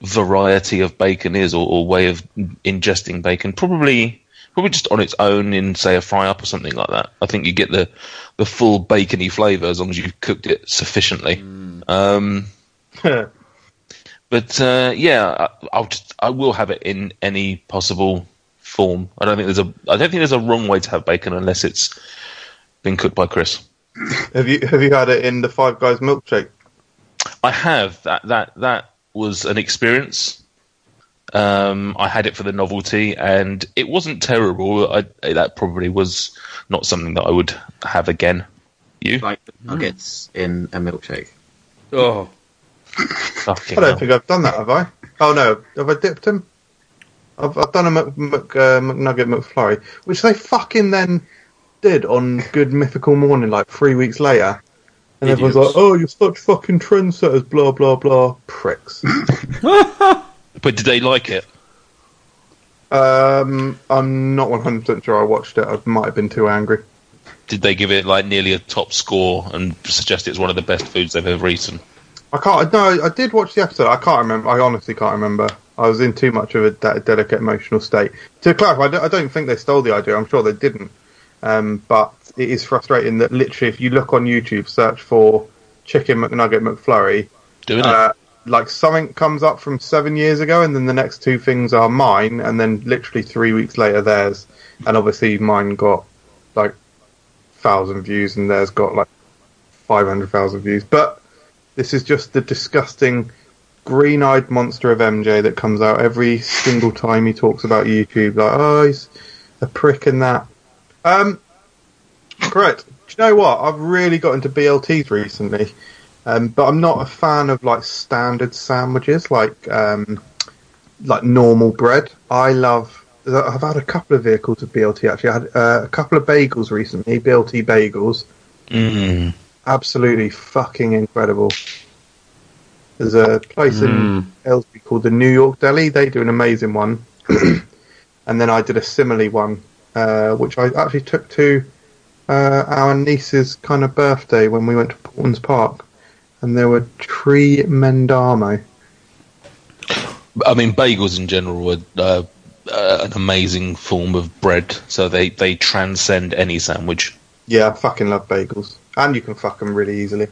Speaker 2: variety of bacon is, or, or way of ingesting bacon. Probably. Probably just on its own in, say, a fry up or something like that. I think you get the, the full bacony flavour as long as you've cooked it sufficiently. Um, but uh, yeah, I, I'll just, I will have it in any possible form. I don't think there's a I don't think there's a wrong way to have bacon unless it's been cooked by Chris.
Speaker 1: Have you have you had it in the Five Guys milkshake?
Speaker 2: I have that that that was an experience. Um, I had it for the novelty, and it wasn't terrible. I, that probably was not something that I would have again. You
Speaker 4: like the nuggets in a milkshake.
Speaker 3: Oh,
Speaker 2: fucking
Speaker 1: I don't
Speaker 2: hell.
Speaker 1: think I've done that, have I? Oh no, have I dipped him? I've, I've done a Mc, Mc, uh, McNugget McFlurry, which they fucking then did on Good Mythical Morning like three weeks later. And everyone's like,
Speaker 3: Idiots.
Speaker 1: oh, you're such fucking trendsetters, blah, blah, blah. Pricks.
Speaker 2: But did they like it?
Speaker 1: um, I'm not 100% sure I watched it. I might have been too angry.
Speaker 2: Did they give it like nearly a top score and suggest it's one of the best foods they've ever eaten?
Speaker 1: I can't, no, I did watch the episode. I can't remember. I honestly can't remember. I was in too much of a de- delicate emotional state. To clarify, I don't, I don't think they stole the idea. I'm sure they didn't. Um, but it is frustrating that literally, if you look on YouTube, search for Chicken McNugget McFlurry,
Speaker 2: Doing it.
Speaker 1: uh, like something comes up from seven years ago, and then the next two things are mine, and then literally three weeks later, theirs. And obviously, mine got like thousand views, and theirs got like five hundred thousand views. But this is just the disgusting green-eyed monster of MJ that comes out every single time he talks about YouTube. Like, oh, he's a prick and that. Um, correct. Do you know what? I've really got into BLTs recently. Um, but I'm not a fan of like standard sandwiches, like um, like normal bread. I love. I've had a couple of vehicles of BLT actually. I had uh, a couple of bagels recently, BLT bagels.
Speaker 2: Mm.
Speaker 1: Absolutely fucking incredible. There's a place in Ellsby called the New York Deli. They do an amazing one. and then I did a simile one, uh, which I actually took to uh, our niece's kind of birthday when we went to Portland's Park. And there were tree mendamo.
Speaker 2: I mean, bagels in general are uh, uh, an amazing form of bread, so they, they transcend any sandwich.
Speaker 1: Yeah, I fucking love bagels. And you can fuck them really easily.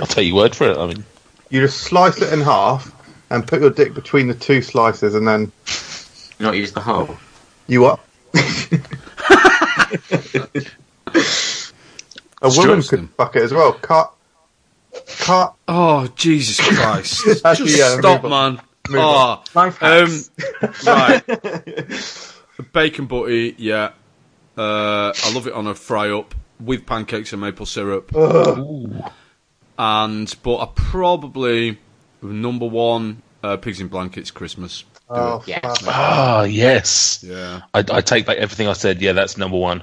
Speaker 2: I'll take your word for it. I mean,
Speaker 1: you just slice it in half and put your dick between the two slices and then
Speaker 4: Not use the whole.
Speaker 1: you up. a woman
Speaker 3: Strokes
Speaker 1: could
Speaker 3: them.
Speaker 1: fuck it as well. Cut. Cut.
Speaker 3: oh, Jesus Christ!
Speaker 1: Actually,
Speaker 3: Just
Speaker 1: yeah,
Speaker 3: stop,
Speaker 1: move
Speaker 3: man.
Speaker 1: Move
Speaker 3: Ah,
Speaker 4: Life
Speaker 3: um,
Speaker 4: hacks.
Speaker 3: right. Bacon butty, yeah. Uh, I love it on a fry up with pancakes and maple syrup. And but I probably number one uh, pigs in blankets Christmas.
Speaker 1: Oh,
Speaker 4: Yeah.
Speaker 1: fuck.
Speaker 2: ah, yes.
Speaker 3: Yeah.
Speaker 2: I, I take back everything I said. Yeah, that's number one.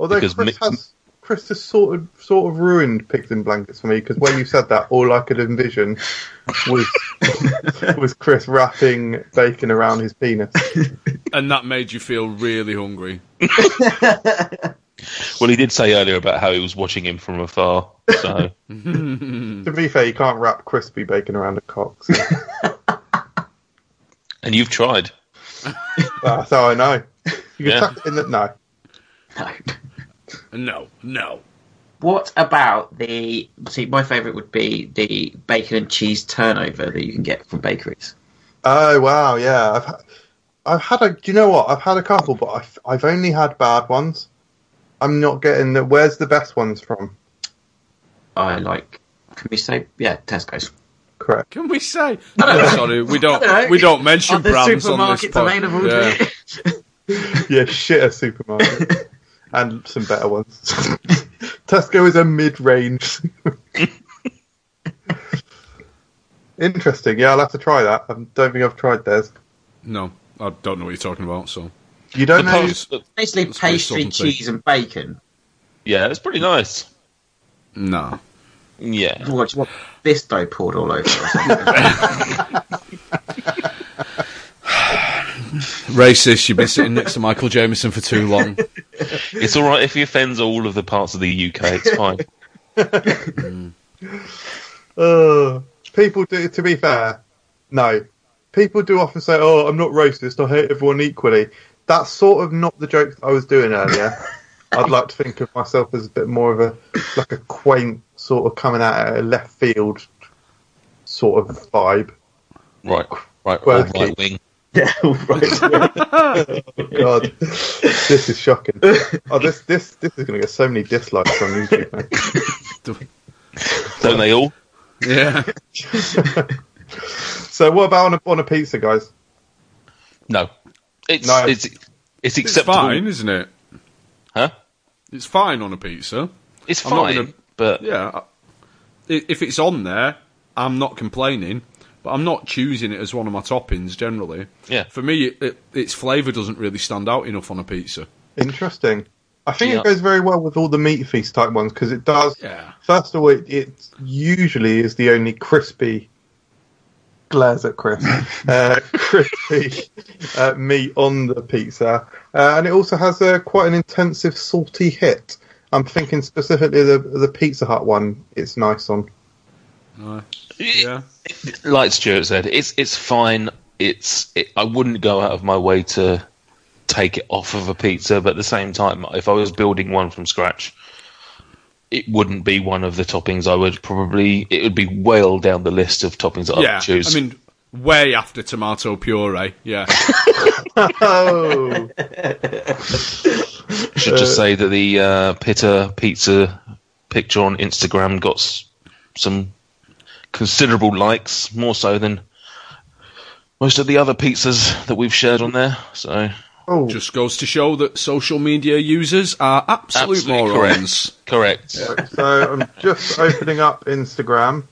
Speaker 1: Although
Speaker 2: Because
Speaker 1: Chris
Speaker 2: mix-
Speaker 1: has Chris has sort of sort of ruined pigs in blankets for me because when you said that, all I could envision was was Chris wrapping bacon around his penis.
Speaker 3: And that made you feel really hungry.
Speaker 2: Well, he did say earlier about how he was watching him from afar. So
Speaker 1: to be fair, you can't wrap crispy bacon around a cock. so-
Speaker 2: And you've tried.
Speaker 1: That's how I know. You can
Speaker 2: Yeah.
Speaker 1: tuck it in the no.
Speaker 4: No.
Speaker 3: No, no.
Speaker 4: What about the? See, my favourite would be the bacon and cheese turnover that you can get from bakeries.
Speaker 1: Oh wow, yeah. I've ha- I've had a. Do you know what? I've had a couple, but I've I've only had bad ones. I'm not getting the. Where's the best ones from?
Speaker 4: I like. Can we say yeah, Tesco's?
Speaker 1: Correct.
Speaker 3: Can we say? No, sorry, we don't.
Speaker 4: I don't know.
Speaker 3: we don't mention
Speaker 4: Are there
Speaker 3: brands on this
Speaker 4: supermarkets
Speaker 3: pod.
Speaker 4: available?
Speaker 3: Yeah.
Speaker 1: Yeah, shit a supermarket. and some better ones. Tesco is a mid range. Interesting. Yeah, I'll have to try that. I don't think I've tried theirs.
Speaker 3: No, I don't know what you're talking about. So
Speaker 1: You don't
Speaker 2: The
Speaker 1: know.
Speaker 2: pubs-
Speaker 4: Basically,
Speaker 3: That's very
Speaker 4: pastry,
Speaker 3: something.
Speaker 4: cheese, and bacon.
Speaker 2: yeah, it's pretty nice.
Speaker 3: no.
Speaker 2: Yeah.
Speaker 4: Watch what this dough poured all over. or something.
Speaker 3: Racist, you've been sitting next to Michael Jameson for too long.
Speaker 2: It's all right if he offends all of the parts of the UK. It's fine.
Speaker 1: Uh, people do. To be fair, no. People do often say, "Oh, I'm not racist. I hate everyone equally." That's sort of not the joke that I was doing earlier. I'd like to think of myself as a bit more of a like a quaint sort of coming out of left field sort of vibe.
Speaker 2: Right. Right.
Speaker 1: Well,
Speaker 2: right wing.
Speaker 5: Yeah, right.
Speaker 1: God, this is shocking. Oh, this this this is going to get so many dislikes on YouTube. mate.
Speaker 2: Don't they all?
Speaker 3: Yeah.
Speaker 1: So, what about on a, on a pizza, guys?
Speaker 2: No. It's
Speaker 1: No.
Speaker 2: it's it's
Speaker 3: It's
Speaker 2: acceptable.
Speaker 3: fine, isn't it?
Speaker 2: Huh?
Speaker 3: It's fine on a pizza.
Speaker 2: It's
Speaker 3: I'm not
Speaker 2: fine,
Speaker 3: gonna-
Speaker 2: but
Speaker 3: Yeah. I- i- If it's on there, I'm not complaining, but I'm not choosing it as one of my toppings generally.
Speaker 2: yeah.
Speaker 3: For me, it, its flavour doesn't really stand out enough on a pizza.
Speaker 1: Interesting. I think
Speaker 2: Yeah.
Speaker 1: it goes very well with all the meat feast type ones because it does.
Speaker 3: Yeah.
Speaker 1: First of all, it, it usually is the only crispy glares at Chris, uh, crispy uh, meat on the pizza, uh, and it also has a quite an intensive salty hit. I'm thinking specifically the the Pizza Hut one. It's nice on.
Speaker 3: Yeah.
Speaker 2: like Stuart said, it's it's fine. It's it, I wouldn't go out of my way to take it off of a pizza, but at the same time, if I was building one from scratch, it wouldn't be one of the toppings I would probably. It would be well down the list of toppings that I
Speaker 3: Yeah.
Speaker 2: would choose.
Speaker 3: I mean, way after tomato puree. Yeah.
Speaker 1: Oh,
Speaker 2: I should just say that the uh, Pitta pizza picture on Instagram got s- some considerable likes, more so than most of the other pizzas that we've shared on there. So
Speaker 1: oh,
Speaker 3: Just goes to show that social media users are absolute
Speaker 2: Absolutely
Speaker 3: morons.
Speaker 2: correct.
Speaker 1: so I'm just opening up Instagram.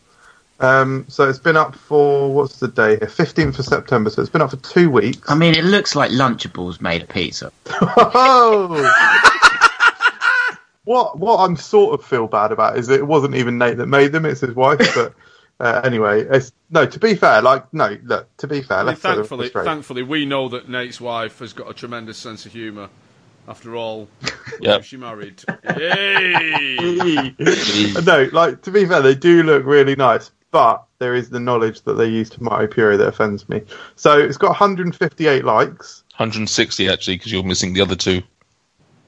Speaker 1: Um, so it's been up for what's the day here? Fifteenth of September. So it's been up for two weeks.
Speaker 4: I mean, it looks like Lunchables made a pizza.
Speaker 1: Oh. what what I'm sort of feel bad about is it wasn't even Nate that made them; it's his wife. But uh, anyway, it's, no. To be fair, like no, look. To be fair,
Speaker 3: I mean,
Speaker 1: let's set it
Speaker 3: thankfully,
Speaker 1: straight.
Speaker 3: thankfully, we know that Nate's wife has got a tremendous sense of humour. After all,
Speaker 2: Yep.
Speaker 3: she married. Yay!
Speaker 1: Uh, no, like to be fair, they do look really nice, but there is the knowledge that they use tomato puree that offends me. So it's got 158 likes.
Speaker 2: 160 actually, because you're missing the other two.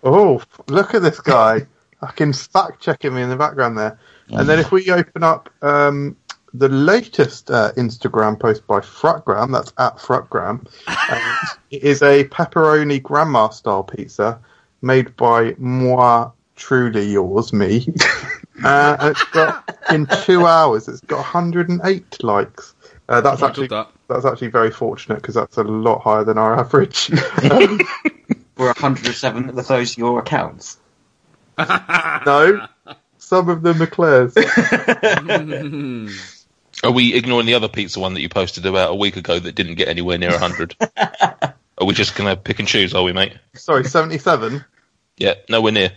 Speaker 1: Oh, f- look at this guy! Fucking fact checking me in the background there. And then if we open up um, the latest uh, Instagram post by Frutgram, that's at Frutgram, um, it is a pepperoni grandma style pizza made by moi, truly yours, me. uh, and it's got in two hours, it's got 108 likes. Uh, that's
Speaker 3: I
Speaker 1: actually
Speaker 3: did that.
Speaker 1: that's actually very fortunate because that's a lot higher than our average.
Speaker 5: We're 107 of those your accounts.
Speaker 1: no, some of them are Claire's.
Speaker 2: Are we ignoring the other pizza one that you posted about a week ago that didn't get anywhere near 100? are we just going to pick and choose, are we, mate?
Speaker 1: Sorry, 77.
Speaker 2: Yeah, nowhere near.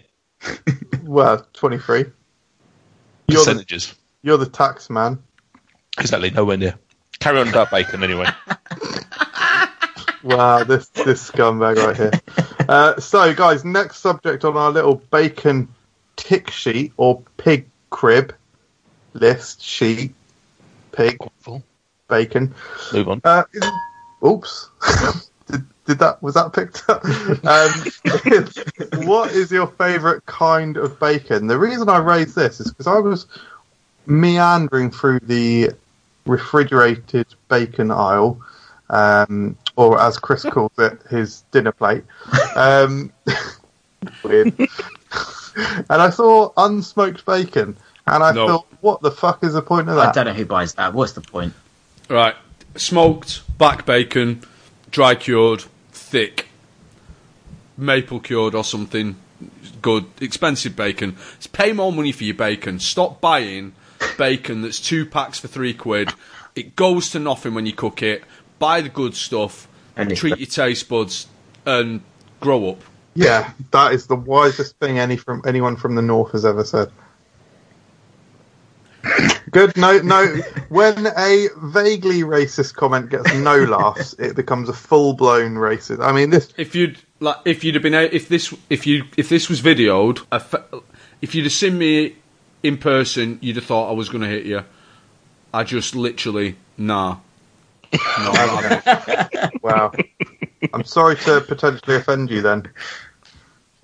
Speaker 1: Well, 23. You're the,
Speaker 2: Percentages.
Speaker 1: you're the tax man.
Speaker 2: Exactly, nowhere near. Carry on about bacon anyway.
Speaker 1: Wow, this this scumbag right here. Uh, so, guys, next subject on our little bacon tick sheet or pig crib list sheet. Pig bacon.
Speaker 2: Move on.
Speaker 1: Uh, is- oops. did, did that was that picked up? Um, what is your favourite kind of bacon? The reason I raised this is because I was meandering through the refrigerated bacon aisle, um, or as Chris calls it, his dinner plate. Um, weird. and I saw unsmoked bacon, and I
Speaker 3: No.
Speaker 1: thought, what the fuck is the point of
Speaker 4: I
Speaker 1: that?
Speaker 4: don't know who buys that. What's the point?
Speaker 3: Right. Smoked, back bacon, dry cured, thick, maple cured or something good, expensive bacon. Just pay more money for your bacon. Stop buying bacon that's two packs for three quid. It goes to nothing when you cook it. Buy the good stuff,
Speaker 4: And it's-
Speaker 3: treat your taste buds, and grow up.
Speaker 1: Yeah, that is the wisest thing any from anyone from the north has ever said. Good. No, no. When a vaguely racist comment gets no laughs, it becomes a full-blown racist. I mean, this.
Speaker 3: if you'd like, if you'd have been a- if this if you if this was videoed, I fe- if you'd have seen me in person, you'd have thought I was going to hit you. I just literally nah. No, I-
Speaker 1: Wow. I'm sorry to potentially offend you. Then. Do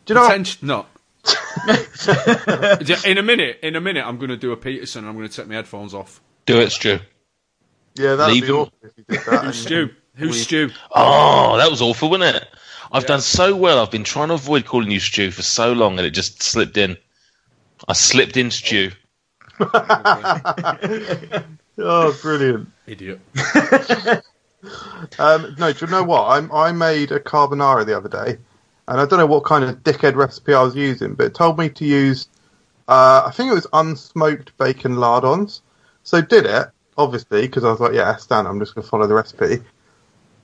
Speaker 1: you know? what?
Speaker 3: potent- no. Yeah, in a minute, in a minute, I'm going to do a Peterson and I'm going to take my headphones off.
Speaker 2: Do it, Stu.
Speaker 1: Yeah, that'd
Speaker 2: Leave
Speaker 1: be
Speaker 2: them.
Speaker 1: awful if you did that.
Speaker 3: Stu, Who's
Speaker 4: Weird.
Speaker 3: Stu?
Speaker 2: Oh, that was awful, wasn't it? I've done so well. I've been trying to avoid calling you Stu for so long, and it just slipped in. I slipped in Stu.
Speaker 1: Oh, brilliant.
Speaker 3: Idiot.
Speaker 1: Um, no, do you know what? I, I made a carbonara the other day, and I don't know what kind of dickhead recipe I was using, but it told me to use, uh, I think it was unsmoked bacon lardons. So did it, obviously, because I was like, yeah, Stan, I'm just going to follow the recipe.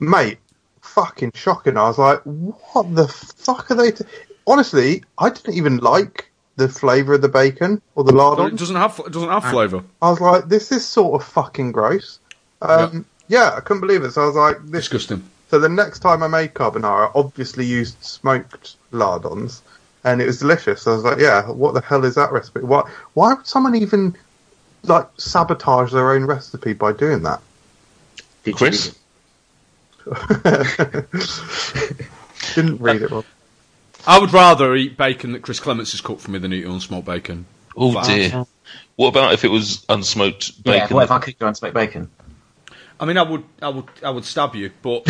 Speaker 1: Mate, fucking shocking. I was like, what the fuck are they? T-? Honestly, I didn't even like the flavour of the bacon or the
Speaker 3: Well, it
Speaker 1: lardons.
Speaker 3: doesn't have it doesn't have
Speaker 1: Ah.
Speaker 3: flavour.
Speaker 1: I was like, this is sort of fucking gross. Um, yeah, I couldn't believe it. So I was like, this
Speaker 3: Disgusting.
Speaker 1: so the next time I made carbonara, I obviously used smoked lardons, and it was delicious. I was like, "Yeah, what the hell is that recipe? Why? Why would someone even like sabotage their own recipe by doing that?"
Speaker 4: Did you
Speaker 2: Chris?
Speaker 4: read it?
Speaker 1: Didn't read it well.
Speaker 3: I would rather eat bacon that Chris Clements has cooked for me than eat unsmoked bacon.
Speaker 2: Oh
Speaker 3: Wow.
Speaker 2: dear. What about if it was unsmoked
Speaker 4: Yeah,
Speaker 2: bacon?
Speaker 4: what if I could go and make bacon?
Speaker 3: I mean, I would, I would, I would stab you, but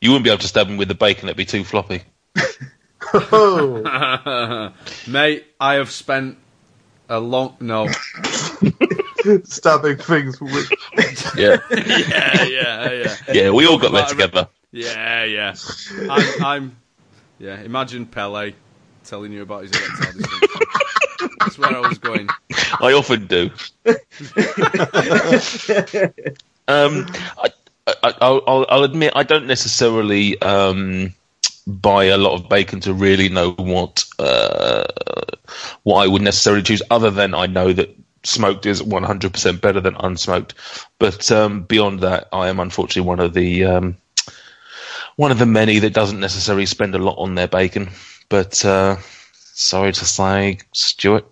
Speaker 2: you wouldn't be able to stab him with the bacon; it'd be too floppy.
Speaker 1: Oh,
Speaker 3: mate, I have spent a long no.
Speaker 1: stabbing things with
Speaker 2: Yeah,
Speaker 3: yeah, yeah, yeah,
Speaker 2: yeah. We all got there
Speaker 3: Right,
Speaker 2: together.
Speaker 3: yeah, yeah. I'm, I'm, yeah. Imagine Pele telling you about his erectile dysfunction. That's where I was going.
Speaker 2: I often do. um, I, I, I'll, I'll- I'll admit I don't necessarily um, buy a lot of bacon to really know what uh, what I would necessarily choose, other than I know that smoked is 100% better than unsmoked. But um, beyond that, I am unfortunately one of the um, one of the many that doesn't necessarily spend a lot on their bacon. But uh, sorry to say, Stuart.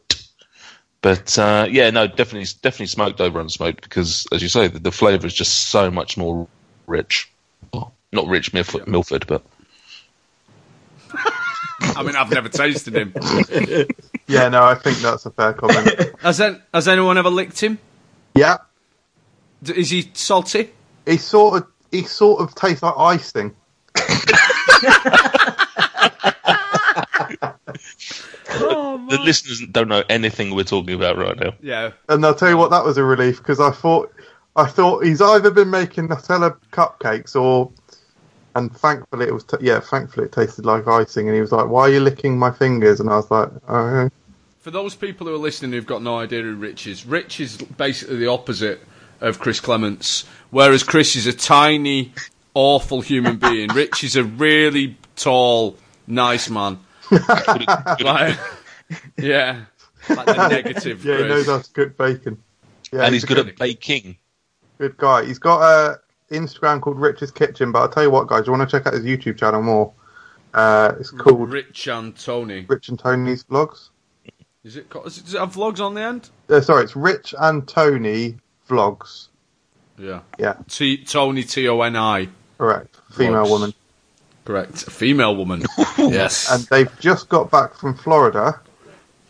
Speaker 2: But uh, yeah, no, definitely, definitely smoked over unsmoked because, as you say, the, the flavour is just so much more rich. Well, not rich Milf- Milford, but
Speaker 3: I mean, I've never tasted him.
Speaker 1: yeah. No, I think that's a fair comment.
Speaker 3: Has, an- has anyone ever licked him?
Speaker 1: Yeah,
Speaker 3: D- Is he salty?
Speaker 1: he sort of he sort of tastes like icing.
Speaker 2: the listeners don't know anything we're talking about right now.
Speaker 3: Yeah.
Speaker 1: And I'll tell you what, that was a relief because I thought, I thought he's either been making Nutella cupcakes or, and thankfully it was, t- yeah, thankfully it tasted like icing. And he was like, "Why are you licking my fingers?" And I was like, "Oh,
Speaker 3: For those people who are listening who've got no idea who Rich is, Rich is basically the opposite of Chris Clements. Whereas Chris is a tiny, awful human being, Rich is a really tall, nice man.
Speaker 2: Could it- could it-
Speaker 3: Like, yeah, like the negative.
Speaker 1: yeah, he
Speaker 3: Chris.
Speaker 1: knows how to cook bacon." Yeah,
Speaker 2: and he's
Speaker 1: a
Speaker 2: good
Speaker 1: good,
Speaker 2: at baking.
Speaker 1: good guy. He's got a Instagram called Rich's Kitchen, but I'll tell you what, guys, you want to check out his YouTube channel more. Uh, it's called
Speaker 3: Rich and Tony.
Speaker 1: Rich and Tony's Vlogs.
Speaker 3: Is it, co- is it? Does it have vlogs on the end?
Speaker 1: Uh, sorry, it's Rich and Tony Vlogs.
Speaker 3: Yeah.
Speaker 1: Yeah,
Speaker 3: T- Tony T O N I.
Speaker 1: correct. Female
Speaker 3: Vlogs.
Speaker 1: woman.
Speaker 3: Correct. A female woman. yes.
Speaker 1: and they've just got back from Florida.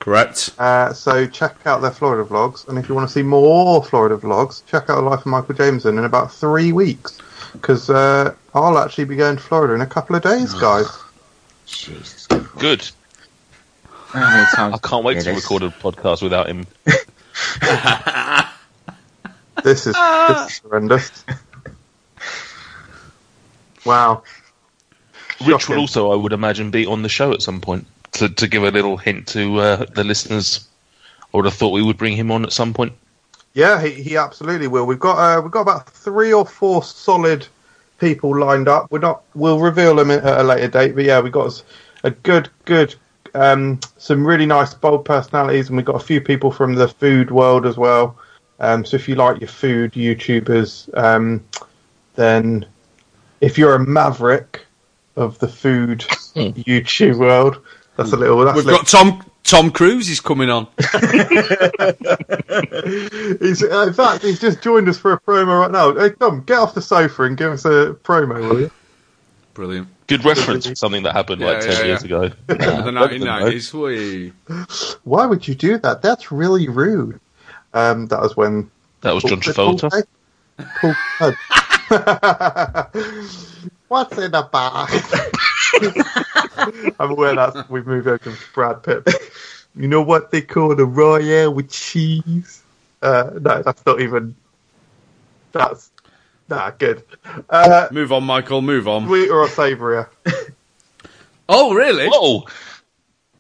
Speaker 3: Correct.
Speaker 1: Uh, so check out their Florida vlogs, and if you want to see more Florida vlogs, check out Life of Michael Jameson in about three weeks, because uh, I'll actually be going to Florida in a couple of days, guys.
Speaker 4: Jesus.
Speaker 2: Good.
Speaker 4: How many times
Speaker 2: I can't wait
Speaker 4: did
Speaker 2: to
Speaker 4: this?
Speaker 2: record a podcast without him.
Speaker 1: This is, this is horrendous. Wow.
Speaker 2: Rich
Speaker 1: Shocking.
Speaker 2: will also, I would imagine, be on the show at some point to, to give a little hint to uh, the listeners. I would have thought we would bring him on at some point.
Speaker 1: Yeah, he, he absolutely will. We've got uh, we've got about three or four solid people lined up. We're not. We'll reveal them at a later date. But yeah, we got s- a good, good, um, some really nice bold personalities, and we got a few people from the food world as well. Um, so if you like your food YouTubers, um, then if you're a maverick of the food YouTube world, that's a little. That's
Speaker 3: We've
Speaker 1: a little,
Speaker 3: got Tom. Tom Cruise is coming on.
Speaker 1: He's, uh, in fact, he's just joined us for a promo right now. Hey, Tom, get off the sofa and give us a promo,
Speaker 2: Oh,
Speaker 1: will you?
Speaker 3: Brilliant.
Speaker 2: Good reference to something that happened like
Speaker 3: Yeah,
Speaker 2: 10
Speaker 3: yeah,
Speaker 2: years ago. Nah,
Speaker 3: the
Speaker 2: better than
Speaker 3: 1990s. We.
Speaker 1: Why would you do that? That's really rude. Um, that was when
Speaker 2: That was John
Speaker 1: Football
Speaker 2: Travolta.
Speaker 1: Day? Paul Rudd. What's in the bag? I'm aware that's we've moved over to Brad Pitt. You know what they call the royale with cheese? Uh, no, that's not even. That's nah, good. Uh,
Speaker 3: Move on, Michael. Move on.
Speaker 1: sweet or savoury?
Speaker 3: Oh, really?
Speaker 2: Whoa!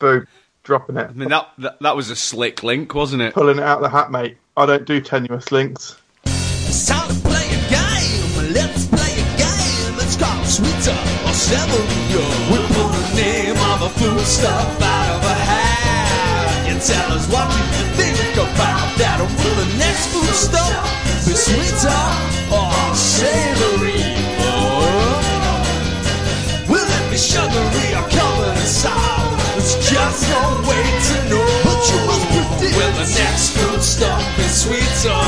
Speaker 1: Boom, dropping it,
Speaker 3: I mean, that, that that was a slick link, wasn't it?
Speaker 1: pulling it out the hat, mate. I don't do tenuous links.
Speaker 6: It's time to play a game. Let's play a game. It's called Sweeter or Severio. We'll pull the name of a food stuff out of a hat. You tell us what you think about that. Or will the next food stuff be sweeter or savory? Will it be sugary or covered in salt? It's just no way to know. But you must predict. Will the next food stuff be sweeter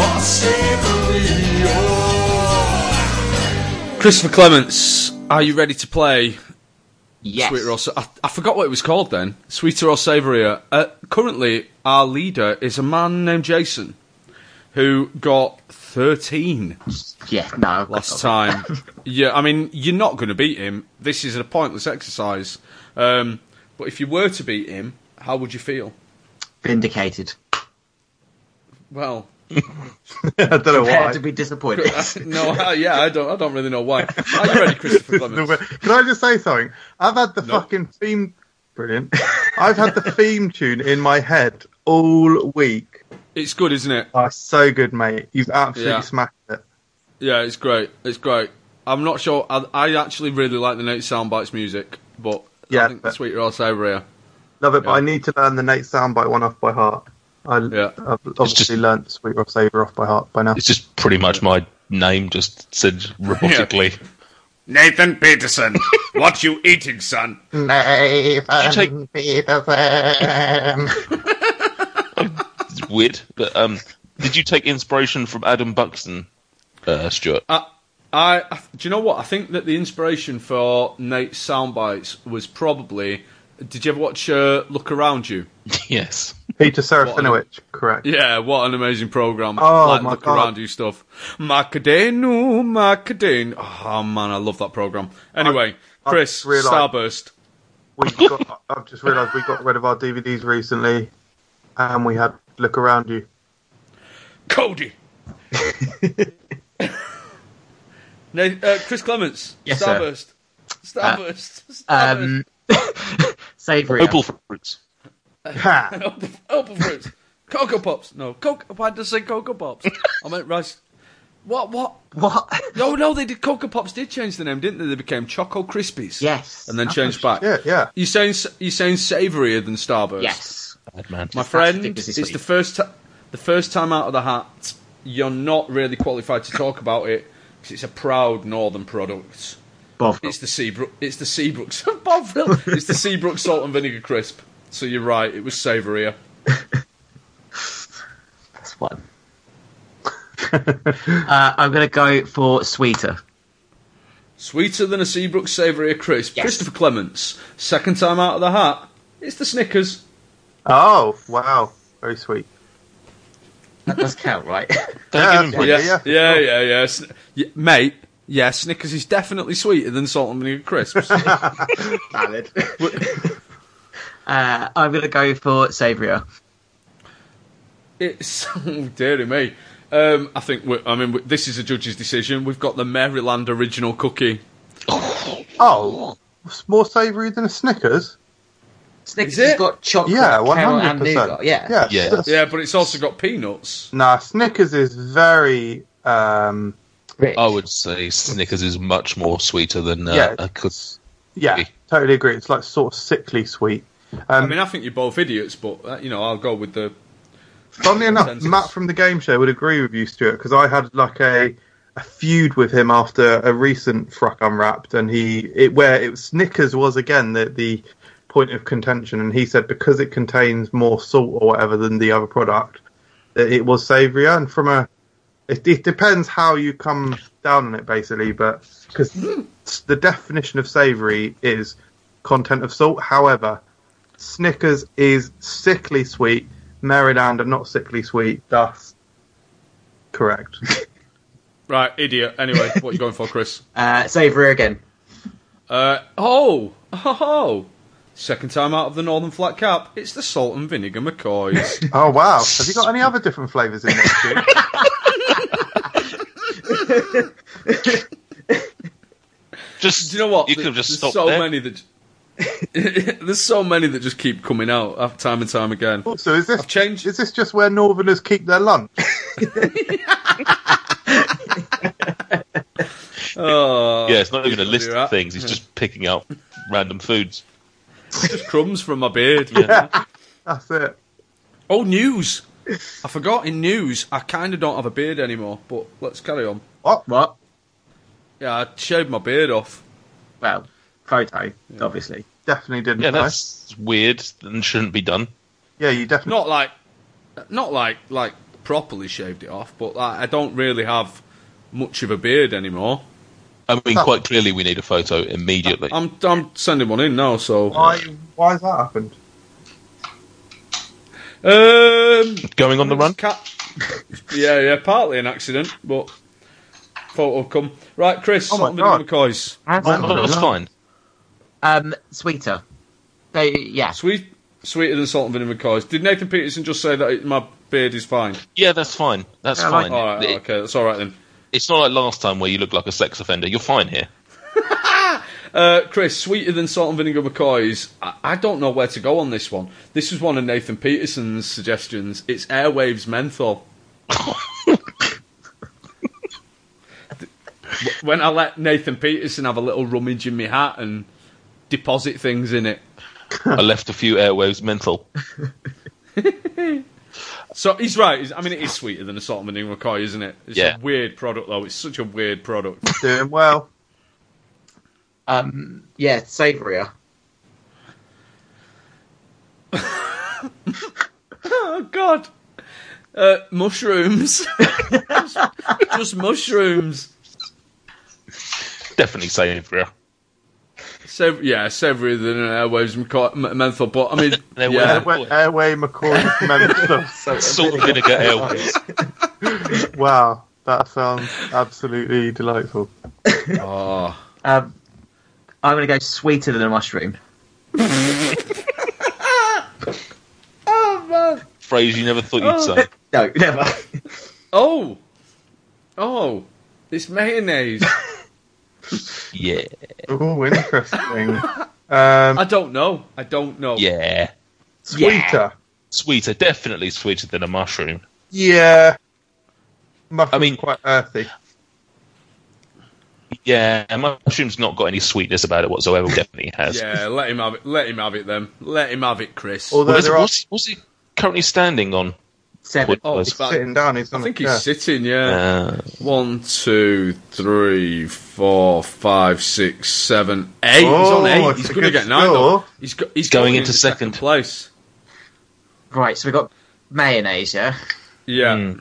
Speaker 6: or savory?
Speaker 3: Christopher Clements, are you ready to play
Speaker 4: Yes.
Speaker 3: Sweeter or Sa- I, I forgot what it was called then. Sweeter or Savoury. Uh, currently, our leader is a man named Jason, who got thirteen
Speaker 4: yeah, no.
Speaker 3: last time. yeah, I mean, you're not going to beat him. This is a pointless exercise. Um, but if you were to beat him, how would you feel?
Speaker 4: Vindicated.
Speaker 3: Well,
Speaker 1: I don't know why.
Speaker 4: Prepare to be disappointed.
Speaker 3: no, I, yeah, I don't, I don't really know why. Are you ready, Christopher Clements?
Speaker 1: Can I just say something? I've had the fucking theme. Brilliant. I've had the theme tune in my head all week.
Speaker 3: It's good, isn't it?
Speaker 1: Oh, so good, mate. You've absolutely
Speaker 3: Yeah.
Speaker 1: smashed it.
Speaker 3: Yeah, it's great. It's great. I'm not sure. I, I actually really like the Nate Soundbites music, but
Speaker 1: Yeah,
Speaker 3: I think
Speaker 1: but-
Speaker 3: the sweeter or savoury.
Speaker 1: Love it, but
Speaker 3: Yeah.
Speaker 1: I need to learn the Nate soundbite one off by heart. I,
Speaker 3: Yeah.
Speaker 1: I've obviously
Speaker 2: just-
Speaker 1: learnt Sweet Rob Saver off by heart by now.
Speaker 2: It's just pretty much my name just said robotically.
Speaker 3: Nathan Peterson, what you eating, son?
Speaker 1: Nathan
Speaker 2: take-
Speaker 1: Peterson.
Speaker 2: It's weird, but um, did you take inspiration from Adam Buxton, uh, Stuart?
Speaker 3: I, I do you know what? I think that the inspiration for Nate's soundbites was probably. Did you ever watch uh, Look Around You?
Speaker 2: yes.
Speaker 1: Peter Serafinowicz, correct.
Speaker 3: Yeah, what an amazing program!
Speaker 1: Oh,
Speaker 3: like
Speaker 1: my
Speaker 3: Look
Speaker 1: God.
Speaker 3: Around You stuff. Macadenu, Macadenu. Oh man, I love that program. Anyway,
Speaker 1: I
Speaker 3: Chris,
Speaker 1: just realised-
Speaker 3: Starburst.
Speaker 1: We've got, I've just realised we got rid of our DVDs recently and we had Look Around You.
Speaker 3: Cody. no, uh, Chris Clements.
Speaker 4: Yes, sir.
Speaker 3: Starburst. Starburst. Starburst.
Speaker 4: um, savory.
Speaker 2: Opal fruits.
Speaker 1: Ha!
Speaker 3: Opal Opal fruits. Cocoa Pops. No, Cocoa. Why did I say Cocoa Pops? I meant rice. What? What?
Speaker 4: What?
Speaker 3: No, no. They did. Cocoa Pops did change the name, didn't they? They became Choco Crispies.
Speaker 4: Yes.
Speaker 3: And then changed back.
Speaker 1: Yeah, yeah.
Speaker 3: You saying s- you saying savourier than Starburst?
Speaker 4: Yes.
Speaker 2: Bad man.
Speaker 3: My friend,
Speaker 4: ridiculously
Speaker 3: it's
Speaker 4: sweet.
Speaker 3: the first ti the first time out of the hat. You're not really qualified to talk about it because it's a proud northern product.
Speaker 4: Bovril.
Speaker 3: It's the Seabrook. It's the Seabrooks. Bovril. It's the Seabrook salt and vinegar crisp. So you're right. It was savourier.
Speaker 4: That's one. uh, I'm going to go for sweeter.
Speaker 3: Sweeter than a Seabrook savourier crisp.
Speaker 4: Yes.
Speaker 3: Christopher Clements. Second time out of the hat. It's the Snickers.
Speaker 1: Oh, wow. Very sweet.
Speaker 4: That does count, right?
Speaker 1: Yeah,
Speaker 2: give him
Speaker 1: yeah,
Speaker 2: points.
Speaker 1: yeah.
Speaker 3: Yeah, yeah, yeah. Sn- yeah mate. Yeah, Snickers is definitely sweeter than salt and vinegar crisps.
Speaker 4: Valid. uh, I'm going to go for savourier.
Speaker 3: It's oh, dearie me. Um, I think we I mean we- this is a judge's decision. We've got the Maryland original cookie.
Speaker 1: Oh, it's more savoury than a Snickers?
Speaker 5: Snickers
Speaker 3: Is it?
Speaker 5: has got chocolate,
Speaker 1: Yeah,
Speaker 5: caramel, and
Speaker 1: 100%.
Speaker 5: nougat. Yeah.
Speaker 1: yeah.
Speaker 2: Yeah.
Speaker 1: that's-
Speaker 3: Yeah, but it's also got peanuts.
Speaker 1: Nah, Snickers is very. Um,
Speaker 5: Rich.
Speaker 2: I would say Snickers is much more sweeter than uh,
Speaker 1: Yeah.
Speaker 2: a cook.
Speaker 1: yeah, totally agree. It's like sort of sickly sweet.
Speaker 3: I mean, I think you're both idiots, but uh, you know I'll go with the.
Speaker 1: Funnily enough,
Speaker 3: Consensus.
Speaker 1: Matt from the game show would agree with you, Stuart, because I had like a a feud with him after a recent Fruck Unwrapped, and he it where it was Snickers was again the the point of contention, and he said because it contains more salt or whatever than the other product, that it was savourier. And from a it, it depends how you come down on it, basically, but because the definition of savoury is content of salt. However, Snickers is sickly sweet. Maryland are not sickly sweet. That's correct.
Speaker 3: Right, idiot. Anyway, what are you going for, Chris?
Speaker 4: Uh, Savory again.
Speaker 3: Uh, oh, oh, second time out of the Northern Flat Cap. It's the salt and vinegar McCoys.
Speaker 1: Oh wow! Have you got any other different flavours in there? Stu?
Speaker 2: Just
Speaker 3: Do you know what?
Speaker 2: You
Speaker 3: There-
Speaker 2: could have just
Speaker 3: there's
Speaker 2: stopped
Speaker 3: so
Speaker 2: there.
Speaker 3: many that. there's so many that just keep coming out uh, time and time again.
Speaker 1: So is this
Speaker 3: I've changed.
Speaker 1: is this just where Northerners keep their lunch?
Speaker 3: Oh,
Speaker 2: yeah, it's not even a
Speaker 3: I'll
Speaker 2: list
Speaker 3: do
Speaker 2: of
Speaker 3: that.
Speaker 2: things. He's just picking out random foods.
Speaker 3: just crumbs from my beard.
Speaker 1: That's it.
Speaker 3: Oh, news! I forgot in news. I kind of don't have a beard anymore, but let's carry on.
Speaker 1: Oh,
Speaker 4: What?
Speaker 3: Yeah, I shaved my beard off.
Speaker 4: Well, photo, obviously.
Speaker 1: Definitely didn't.
Speaker 2: Yeah,
Speaker 1: know.
Speaker 2: that's weird and shouldn't be done.
Speaker 1: yeah. You definitely.
Speaker 3: Not like, not like like properly shaved it off, but like, I don't really have much of a beard anymore.
Speaker 2: I mean,
Speaker 1: No.
Speaker 2: quite clearly, we need a photo immediately.
Speaker 3: I'm I'm sending one in now. So
Speaker 1: Why? Why has that happened?
Speaker 3: um,
Speaker 2: Going on the run?
Speaker 3: Cat. yeah, yeah, partly an accident, but photo come right. Chris,
Speaker 1: Oh my
Speaker 3: Sutton Vinegar
Speaker 1: God.
Speaker 3: McCoys.
Speaker 2: Oh, that's fine.
Speaker 4: Um, sweeter. They, yeah.
Speaker 3: Sweet, sweeter than salt and vinegar McCoys. Did Nathan Peterson just say that it, my beard is fine?
Speaker 2: Yeah, that's fine. That's
Speaker 4: Yeah, I like
Speaker 2: fine.
Speaker 3: All right,
Speaker 2: It-
Speaker 3: okay, that's all right then.
Speaker 2: It's not like last time where you look like a sex offender. You're fine here.
Speaker 3: Uh, Chris, sweeter than salt and vinegar McCoys. I, I don't know where to go on this one. This was one of Nathan Peterson's suggestions. It's Airwaves Menthol. Th- when I let Nathan Peterson have a little rummage in my hat and deposit things in it.
Speaker 2: I left a few airwaves mental.
Speaker 3: So he's right. He's, I mean, it is sweeter than a salt and vinegar McCoy, isn't it? It's
Speaker 2: Yeah.
Speaker 3: a weird product, though. It's such a weird product.
Speaker 1: Doing well.
Speaker 4: Um, yeah, savoury.
Speaker 3: oh, God. Uh, mushrooms. Just- just mushrooms.
Speaker 2: Definitely savour.
Speaker 3: Sev- yeah, savourier than uh, an airwaves McCoy- M- menthol, but I mean,
Speaker 2: They were-
Speaker 3: yeah,
Speaker 1: Airway, Airway McCoy member.
Speaker 2: Salt and vinegar airwaves.
Speaker 1: Wow, that sounds absolutely delightful.
Speaker 3: Oh.
Speaker 5: Um, I'm going to go sweeter than a mushroom.
Speaker 2: Phrase you never thought you'd say.
Speaker 5: No, never.
Speaker 3: oh, oh, it's mayonnaise.
Speaker 2: Yeah.
Speaker 1: Oh, interesting. Um,
Speaker 3: I don't know. I don't know.
Speaker 2: Yeah.
Speaker 1: sweeter.
Speaker 2: Sweeter. Definitely sweeter than a mushroom.
Speaker 1: Yeah. Mushroom's
Speaker 2: I mean-
Speaker 1: quite earthy.
Speaker 2: Yeah. A mushroom's not got any sweetness about it whatsoever. It Definitely has.
Speaker 3: Yeah, let him have it. Let him have it then. Let him have it, Chris.
Speaker 1: Although
Speaker 2: What is it-
Speaker 1: there are
Speaker 2: what's, what's he currently standing on?
Speaker 4: Seven.
Speaker 3: oh,
Speaker 2: was-
Speaker 3: it's about-
Speaker 1: sitting down. He's on
Speaker 3: I
Speaker 1: a
Speaker 3: think
Speaker 1: chair.
Speaker 3: he's sitting. Yeah.
Speaker 2: Uh,
Speaker 3: One, two, three, four, five, six, seven, eight.
Speaker 1: Oh,
Speaker 3: he's on eight.
Speaker 1: it's
Speaker 3: He's
Speaker 1: a
Speaker 3: going to
Speaker 1: good
Speaker 3: get nine.
Speaker 1: score.
Speaker 3: Though. He's go- he's
Speaker 2: Going
Speaker 3: going
Speaker 2: into second.
Speaker 3: place.
Speaker 4: Right, so we've got mayonnaise, yeah?
Speaker 3: Yeah.
Speaker 2: Mm.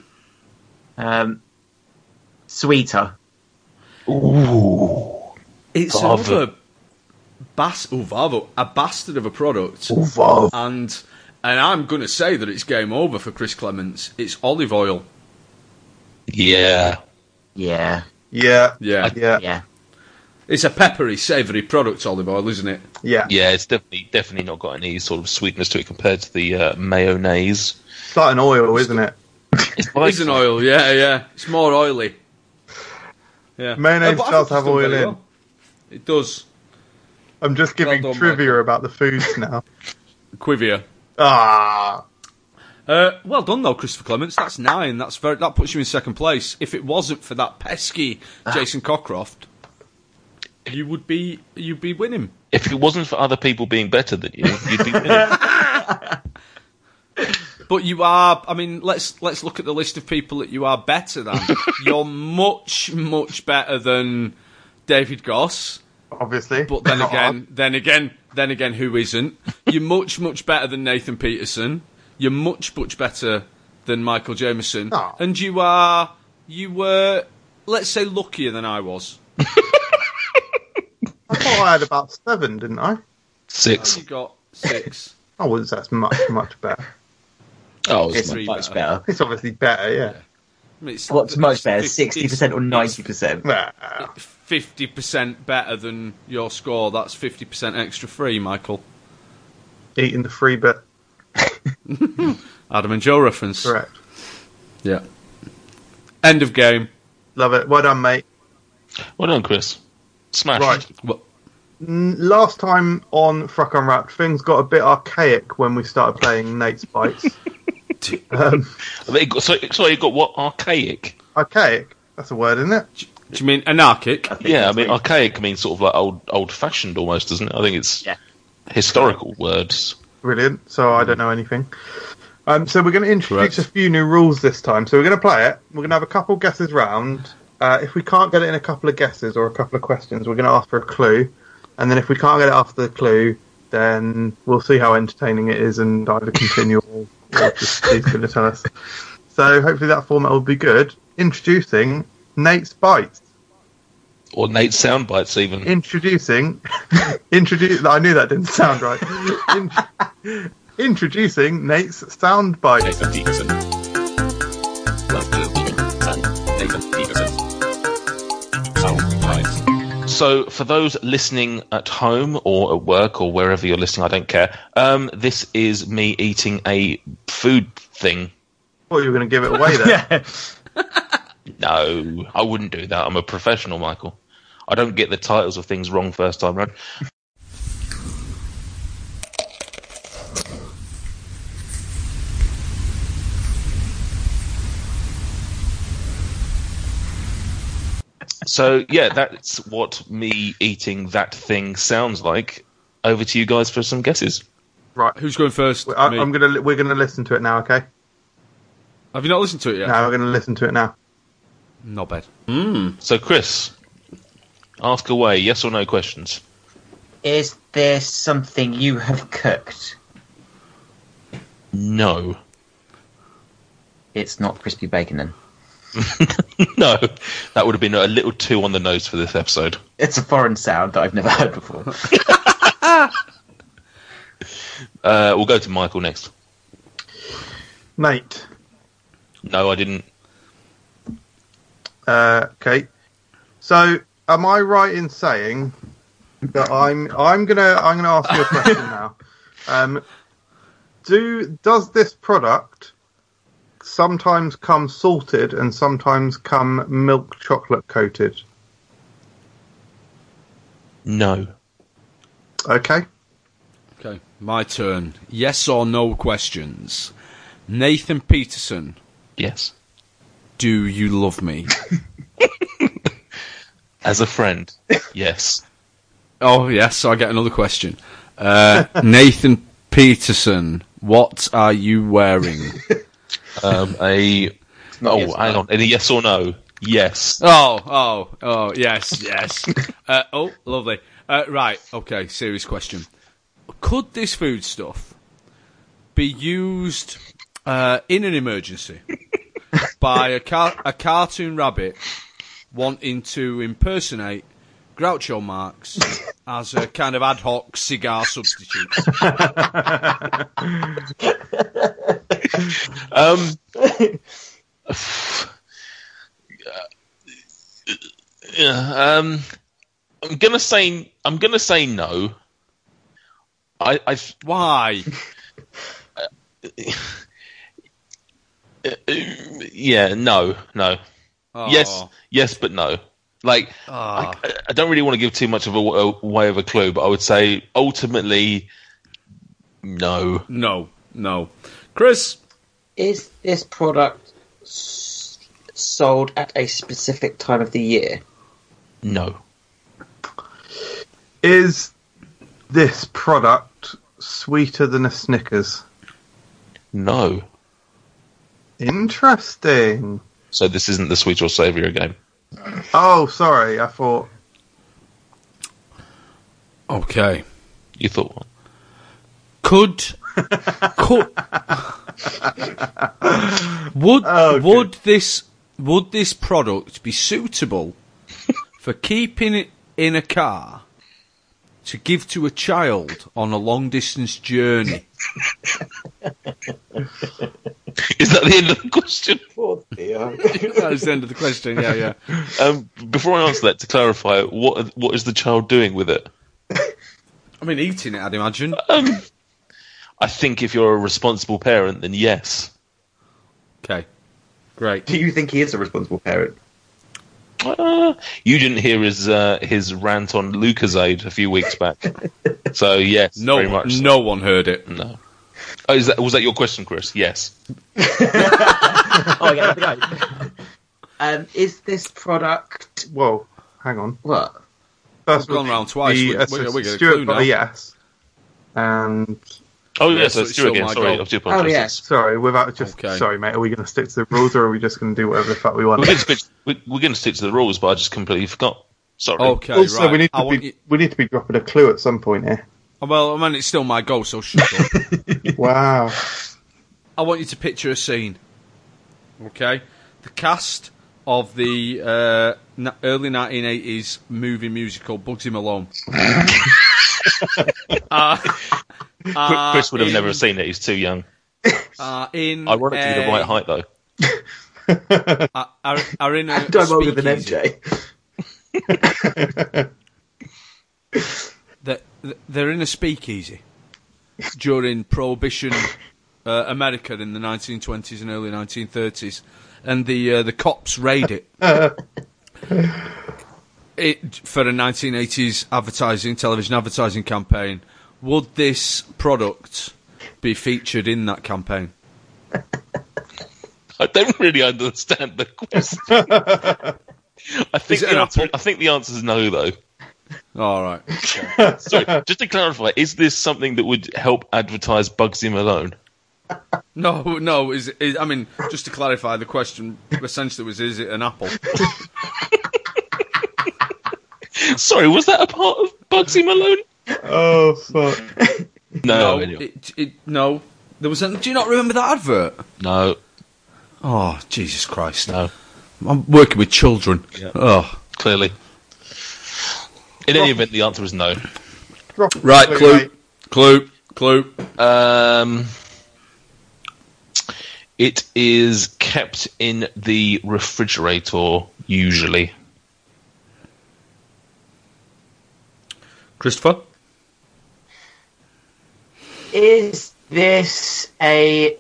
Speaker 4: Um, sweeter.
Speaker 2: Ooh.
Speaker 3: It's
Speaker 2: Vava.
Speaker 3: another bas- oh, Vavo, a bastard of a product. And and I'm going to say that it's game over for Chris Clements. It's olive oil.
Speaker 2: Yeah.
Speaker 4: Yeah,
Speaker 1: Yeah,
Speaker 3: Yeah.
Speaker 1: yeah,
Speaker 4: yeah.
Speaker 3: It's a peppery, savoury product, olive oil, isn't it?
Speaker 1: yeah.
Speaker 2: Yeah, it's definitely definitely not got any sort of sweetness to it compared to the uh, mayonnaise.
Speaker 1: It's like an oil, isn't it?
Speaker 2: It's
Speaker 3: It's an oil, yeah, yeah. It's more oily. Yeah.
Speaker 1: Mayonnaise
Speaker 3: Uh, but I
Speaker 1: does
Speaker 3: think it's
Speaker 1: have
Speaker 3: done
Speaker 1: oil
Speaker 3: very
Speaker 1: in.
Speaker 3: well. It does.
Speaker 1: I'm just giving
Speaker 3: Well done,
Speaker 1: trivia about the foods now.
Speaker 3: Quivia.
Speaker 1: ah,
Speaker 3: Uh, well done though, Christopher Clements. That's nine. That's very, that puts you in second place. If it wasn't for that pesky Jason Cockcroft, you would be you'd be winning.
Speaker 2: If it wasn't for other people being better than you, you'd be winning.
Speaker 3: But you are. I mean, let's let's look at the list of people that you are better than. You're much much better than David Goss.
Speaker 1: obviously.
Speaker 3: But then
Speaker 1: Not
Speaker 3: again, then again, then again, who isn't? You're much much better than Nathan Peterson. You're much much better than Michael Jameson.
Speaker 1: Aw.
Speaker 3: And you are you were let's say luckier than I was.
Speaker 1: I thought I had about seven, didn't I?
Speaker 2: Six.
Speaker 3: You got six.
Speaker 1: I wouldn't say that's much, much better.
Speaker 2: Oh,
Speaker 3: Three
Speaker 5: Much
Speaker 3: better.
Speaker 5: better.
Speaker 1: It's obviously better, yeah.
Speaker 3: It's
Speaker 5: What's much better, sixty percent or ninety percent?
Speaker 1: Nah.
Speaker 3: Fifty percent better than your score. That's fifty percent extra free, Michael.
Speaker 1: Eating the free bit.
Speaker 3: Adam and Joe reference.
Speaker 1: Correct.
Speaker 3: Yeah. End of game.
Speaker 1: Love it. Well done, mate.
Speaker 2: Well done, Chris. Smash.
Speaker 1: Right.
Speaker 3: Well,
Speaker 1: N- Last time on Fruck Unwrapped, things got a bit archaic when we started playing Nate's Bites. um,
Speaker 2: They got, so, sorry, it got what? Archaic.
Speaker 1: archaic. That's a word, isn't it?
Speaker 3: do you mean anarchic?
Speaker 2: Yeah, I mean, archaic means sort of like old, old-fashioned almost, doesn't it? I think it's
Speaker 4: Yeah.
Speaker 2: historical words.
Speaker 1: Brilliant. So I don't know anything. Um, so we're going to introduce
Speaker 3: Correct.
Speaker 1: a few new rules this time. So we're going to play it. We're going to have a couple guesses round. Uh, if we can't get it in a couple of guesses or a couple of questions, we're going to ask for a clue. And then if we can't get it after the clue, then we'll see how entertaining it is and either continue or, or just he's going to tell us. So hopefully that format will be good. Introducing Nate's Bites.
Speaker 2: Or Nate's sound bites, even.
Speaker 1: Introducing, introduce. I knew that didn't sound right. In- introducing Nate's soundbite.
Speaker 7: Nathan Peterson. Welcome, Peterson. Nathan Peterson. Sound bites.
Speaker 2: So, for those listening at home or at work or wherever you're listening, I don't care. Um, this is me eating a food thing.
Speaker 1: Thought you were going to give it away there.
Speaker 2: No, I wouldn't do that. I'm a professional, Michael. I don't get the titles of things wrong first time round. So yeah, that's what me eating that thing sounds like. Over to you guys for some guesses.
Speaker 1: Right.
Speaker 3: Who's going first?
Speaker 1: I,
Speaker 3: Me.
Speaker 1: I'm gonna. We're gonna listen to it now. Okay.
Speaker 3: Have you not listened to it yet?
Speaker 1: Now we're gonna listen to it now.
Speaker 3: Not bad.
Speaker 2: So Chris, ask away. Yes or no questions.
Speaker 4: Is there something you have cooked?
Speaker 2: No.
Speaker 4: It's not crispy bacon then.
Speaker 2: No, that would have been a little too on the nose for this episode.
Speaker 4: It's a foreign sound that I've never heard before.
Speaker 2: Uh, we'll go to Michael next.
Speaker 1: Nate.
Speaker 2: No, I didn't.
Speaker 1: Uh, okay. So, am I right in saying that I'm? I'm gonna. I'm gonna ask you a question now. Um, do does this product sometimes come salted and sometimes come milk chocolate coated?
Speaker 2: No.
Speaker 1: Okay.
Speaker 3: Okay, my turn. Yes or no questions. Nathan Peterson,
Speaker 2: Yes.
Speaker 3: do you love me?
Speaker 2: As a friend. Yes.
Speaker 3: oh, yes, so I get another question. Uh, Nathan Peterson, what are you wearing?
Speaker 2: Um, a. Oh, hang on. Any yes or no? Yes.
Speaker 3: Oh, oh, oh, yes, yes. Uh, oh, lovely. Uh, right, okay, serious question. Could this food stuff be used uh, in an emergency by a, car- a cartoon rabbit wanting to impersonate Groucho Marx as a kind of ad hoc cigar substitute?
Speaker 2: Um. Yeah, um, I'm gonna say I'm gonna say no. I I
Speaker 3: Why?
Speaker 2: yeah no no
Speaker 3: Oh,
Speaker 2: yes yes but no like
Speaker 3: ah.
Speaker 2: I, I don't really want to give too much of a, a way of a clue, but I would say ultimately, no.
Speaker 3: no, no. Chris,
Speaker 5: Is this product sold at a specific time of the year?
Speaker 2: No.
Speaker 1: Is this product sweeter than a Snickers?
Speaker 2: No.
Speaker 1: Interesting.
Speaker 2: So this isn't the sweet or savoury game.
Speaker 1: Oh, sorry. I thought.
Speaker 3: okay.
Speaker 2: You thought what?
Speaker 3: could could would
Speaker 1: Oh, good.
Speaker 3: would this would this product be suitable for keeping it in a car to give to a child on a long distance journey.
Speaker 2: Is that the end of the question?
Speaker 5: Poor Theo.
Speaker 3: that is the end of the question. Yeah, yeah.
Speaker 2: Um, before I answer that, to clarify, what what is the child doing with it?
Speaker 3: I mean, eating it, I'd imagine.
Speaker 2: I think if you're a responsible parent, then yes.
Speaker 3: Okay, great.
Speaker 1: Do you think he is a responsible parent?
Speaker 2: Uh, you didn't hear his uh, his rant on Lucasade a few weeks back, so yes,
Speaker 3: No,
Speaker 2: very much. so.
Speaker 3: no one heard it.
Speaker 2: no. Oh, is that was that your question, Chris? Yes.
Speaker 4: Oh, yeah, there we go.
Speaker 5: um,
Speaker 4: Is this product
Speaker 1: Whoa, hang on.
Speaker 4: what?
Speaker 1: First
Speaker 3: We've
Speaker 1: of all,
Speaker 3: gone round twice.
Speaker 1: The,
Speaker 3: We-
Speaker 1: uh,
Speaker 3: we- we get a clue
Speaker 1: Stuart
Speaker 3: now.
Speaker 1: got a yes. And
Speaker 2: Oh
Speaker 3: Yeah,
Speaker 2: yes,
Speaker 3: so
Speaker 2: that's
Speaker 3: it's
Speaker 2: you
Speaker 3: still
Speaker 2: again.
Speaker 3: my
Speaker 2: Sorry,
Speaker 3: goal.
Speaker 2: I do
Speaker 4: Oh, yeah.
Speaker 2: apologise.
Speaker 1: sorry, without just
Speaker 3: Okay.
Speaker 1: sorry, mate. Are we going to stick to the rules, or are we just going to do whatever the fuck we want?
Speaker 2: We're going, to stick, we- we're going to stick to the rules, but I just completely forgot. Sorry.
Speaker 3: Okay,
Speaker 1: also,
Speaker 3: right.
Speaker 1: we need
Speaker 3: I
Speaker 1: to
Speaker 3: want
Speaker 1: be
Speaker 3: you-
Speaker 1: we need to be dropping a clue at some point here.
Speaker 3: Well, I mean, it's still my goal, so shut up.
Speaker 1: Wow.
Speaker 3: I want you to picture a scene. Okay? The cast of the uh, na- early 1980s movie musical Bugsy Malone. uh,
Speaker 2: Chris, Chris would have never seen it. He's too young.
Speaker 3: Uh, in
Speaker 2: Ironically,
Speaker 3: a,
Speaker 2: the right height though.
Speaker 3: Are, are, are in a
Speaker 5: and I'm older than
Speaker 3: speakeasy.
Speaker 5: MJ.
Speaker 3: They're, they're in a speakeasy during Prohibition uh, America in the 1920s and early 1930s, and the uh, the cops raid it. it for a 1980s advertising television advertising campaign. Would this product be featured in that campaign?
Speaker 2: I don't really understand the question. I think
Speaker 3: it
Speaker 2: the
Speaker 3: an
Speaker 2: answer, I think the answer is no, though.
Speaker 3: All right.
Speaker 2: Sorry, just to clarify, is this something that would help advertise Bugsy Malone?
Speaker 3: No, no. Is, is I mean, just to clarify, the question essentially was: Is it an apple?
Speaker 2: Sorry, was that a part of Bugsy Malone?
Speaker 1: oh fuck.
Speaker 2: No,
Speaker 3: no,
Speaker 2: anyway.
Speaker 3: it, it, no. There was. A, do you not remember that advert?
Speaker 2: no,
Speaker 3: Oh, Jesus Christ.
Speaker 2: no.
Speaker 3: I'm working with children. Oh.
Speaker 2: Clearly, in any event, the answer is no.
Speaker 1: Drop it,
Speaker 3: Right,
Speaker 1: mate.
Speaker 3: clue, clue, clue.
Speaker 2: Um, it is kept in the refrigerator usually.
Speaker 3: Christopher?
Speaker 4: Is this a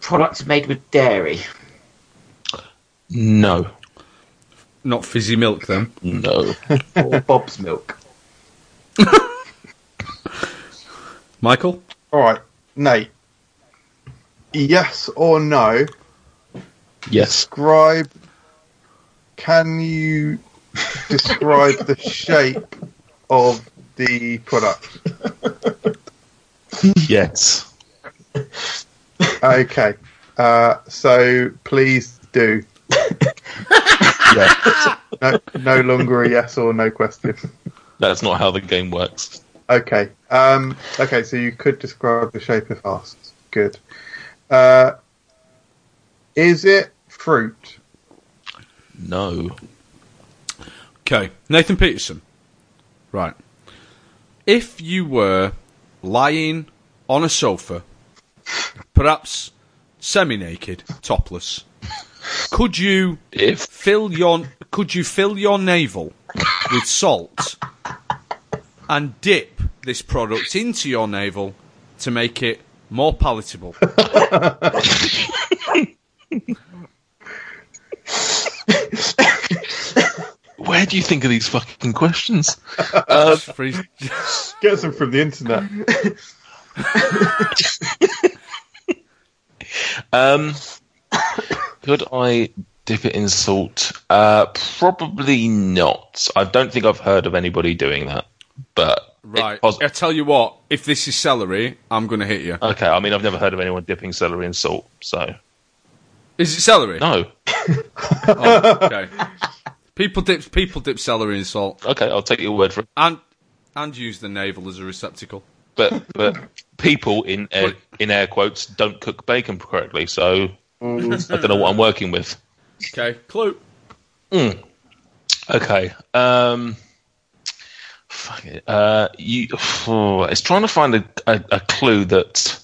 Speaker 4: product made with dairy?
Speaker 2: No,
Speaker 3: Not fizzy milk, then.
Speaker 2: no.
Speaker 4: or Bob's milk.
Speaker 3: Michael?
Speaker 1: All right, Nate. Yes or no?
Speaker 2: yes,
Speaker 1: Describe. Can you describe the shape of the product?
Speaker 2: yes.
Speaker 1: Okay. Uh, so please do. No, no longer a yes or no question.
Speaker 2: That's not how the game works.
Speaker 1: Okay. Um, okay, so you could describe the shape of asks. Good. Uh, is it fruit?
Speaker 2: No.
Speaker 3: Okay. Nathan Peterson. Right. If you were lying on a sofa, perhaps semi naked, topless, could you
Speaker 2: If
Speaker 3: fill your could you fill your navel with salt and dip this product into your navel to make it more palatable?
Speaker 2: where do you think of these fucking questions?
Speaker 3: Freeze-
Speaker 1: Get some from the internet.
Speaker 2: Um, could I dip it in salt? Uh, probably not. I don't think I've heard of anybody doing that. But
Speaker 3: right.
Speaker 2: it pos-
Speaker 3: I tell you what, if this is celery, I'm going to hit you.
Speaker 2: okay. I mean, I've never heard of anyone dipping celery in salt. So
Speaker 3: Is it celery?
Speaker 2: no.
Speaker 3: Oh, okay. People dip people dip celery in salt
Speaker 2: Okay, I'll take your word for it.
Speaker 3: and and use the navel as a receptacle.
Speaker 2: But but people in air, in air quotes don't cook bacon correctly. So I don't know what I'm working with.
Speaker 3: Okay. Clue.
Speaker 2: Okay. Um, Fuck it. Uh, you, oh, it's trying to find a, a, a clue that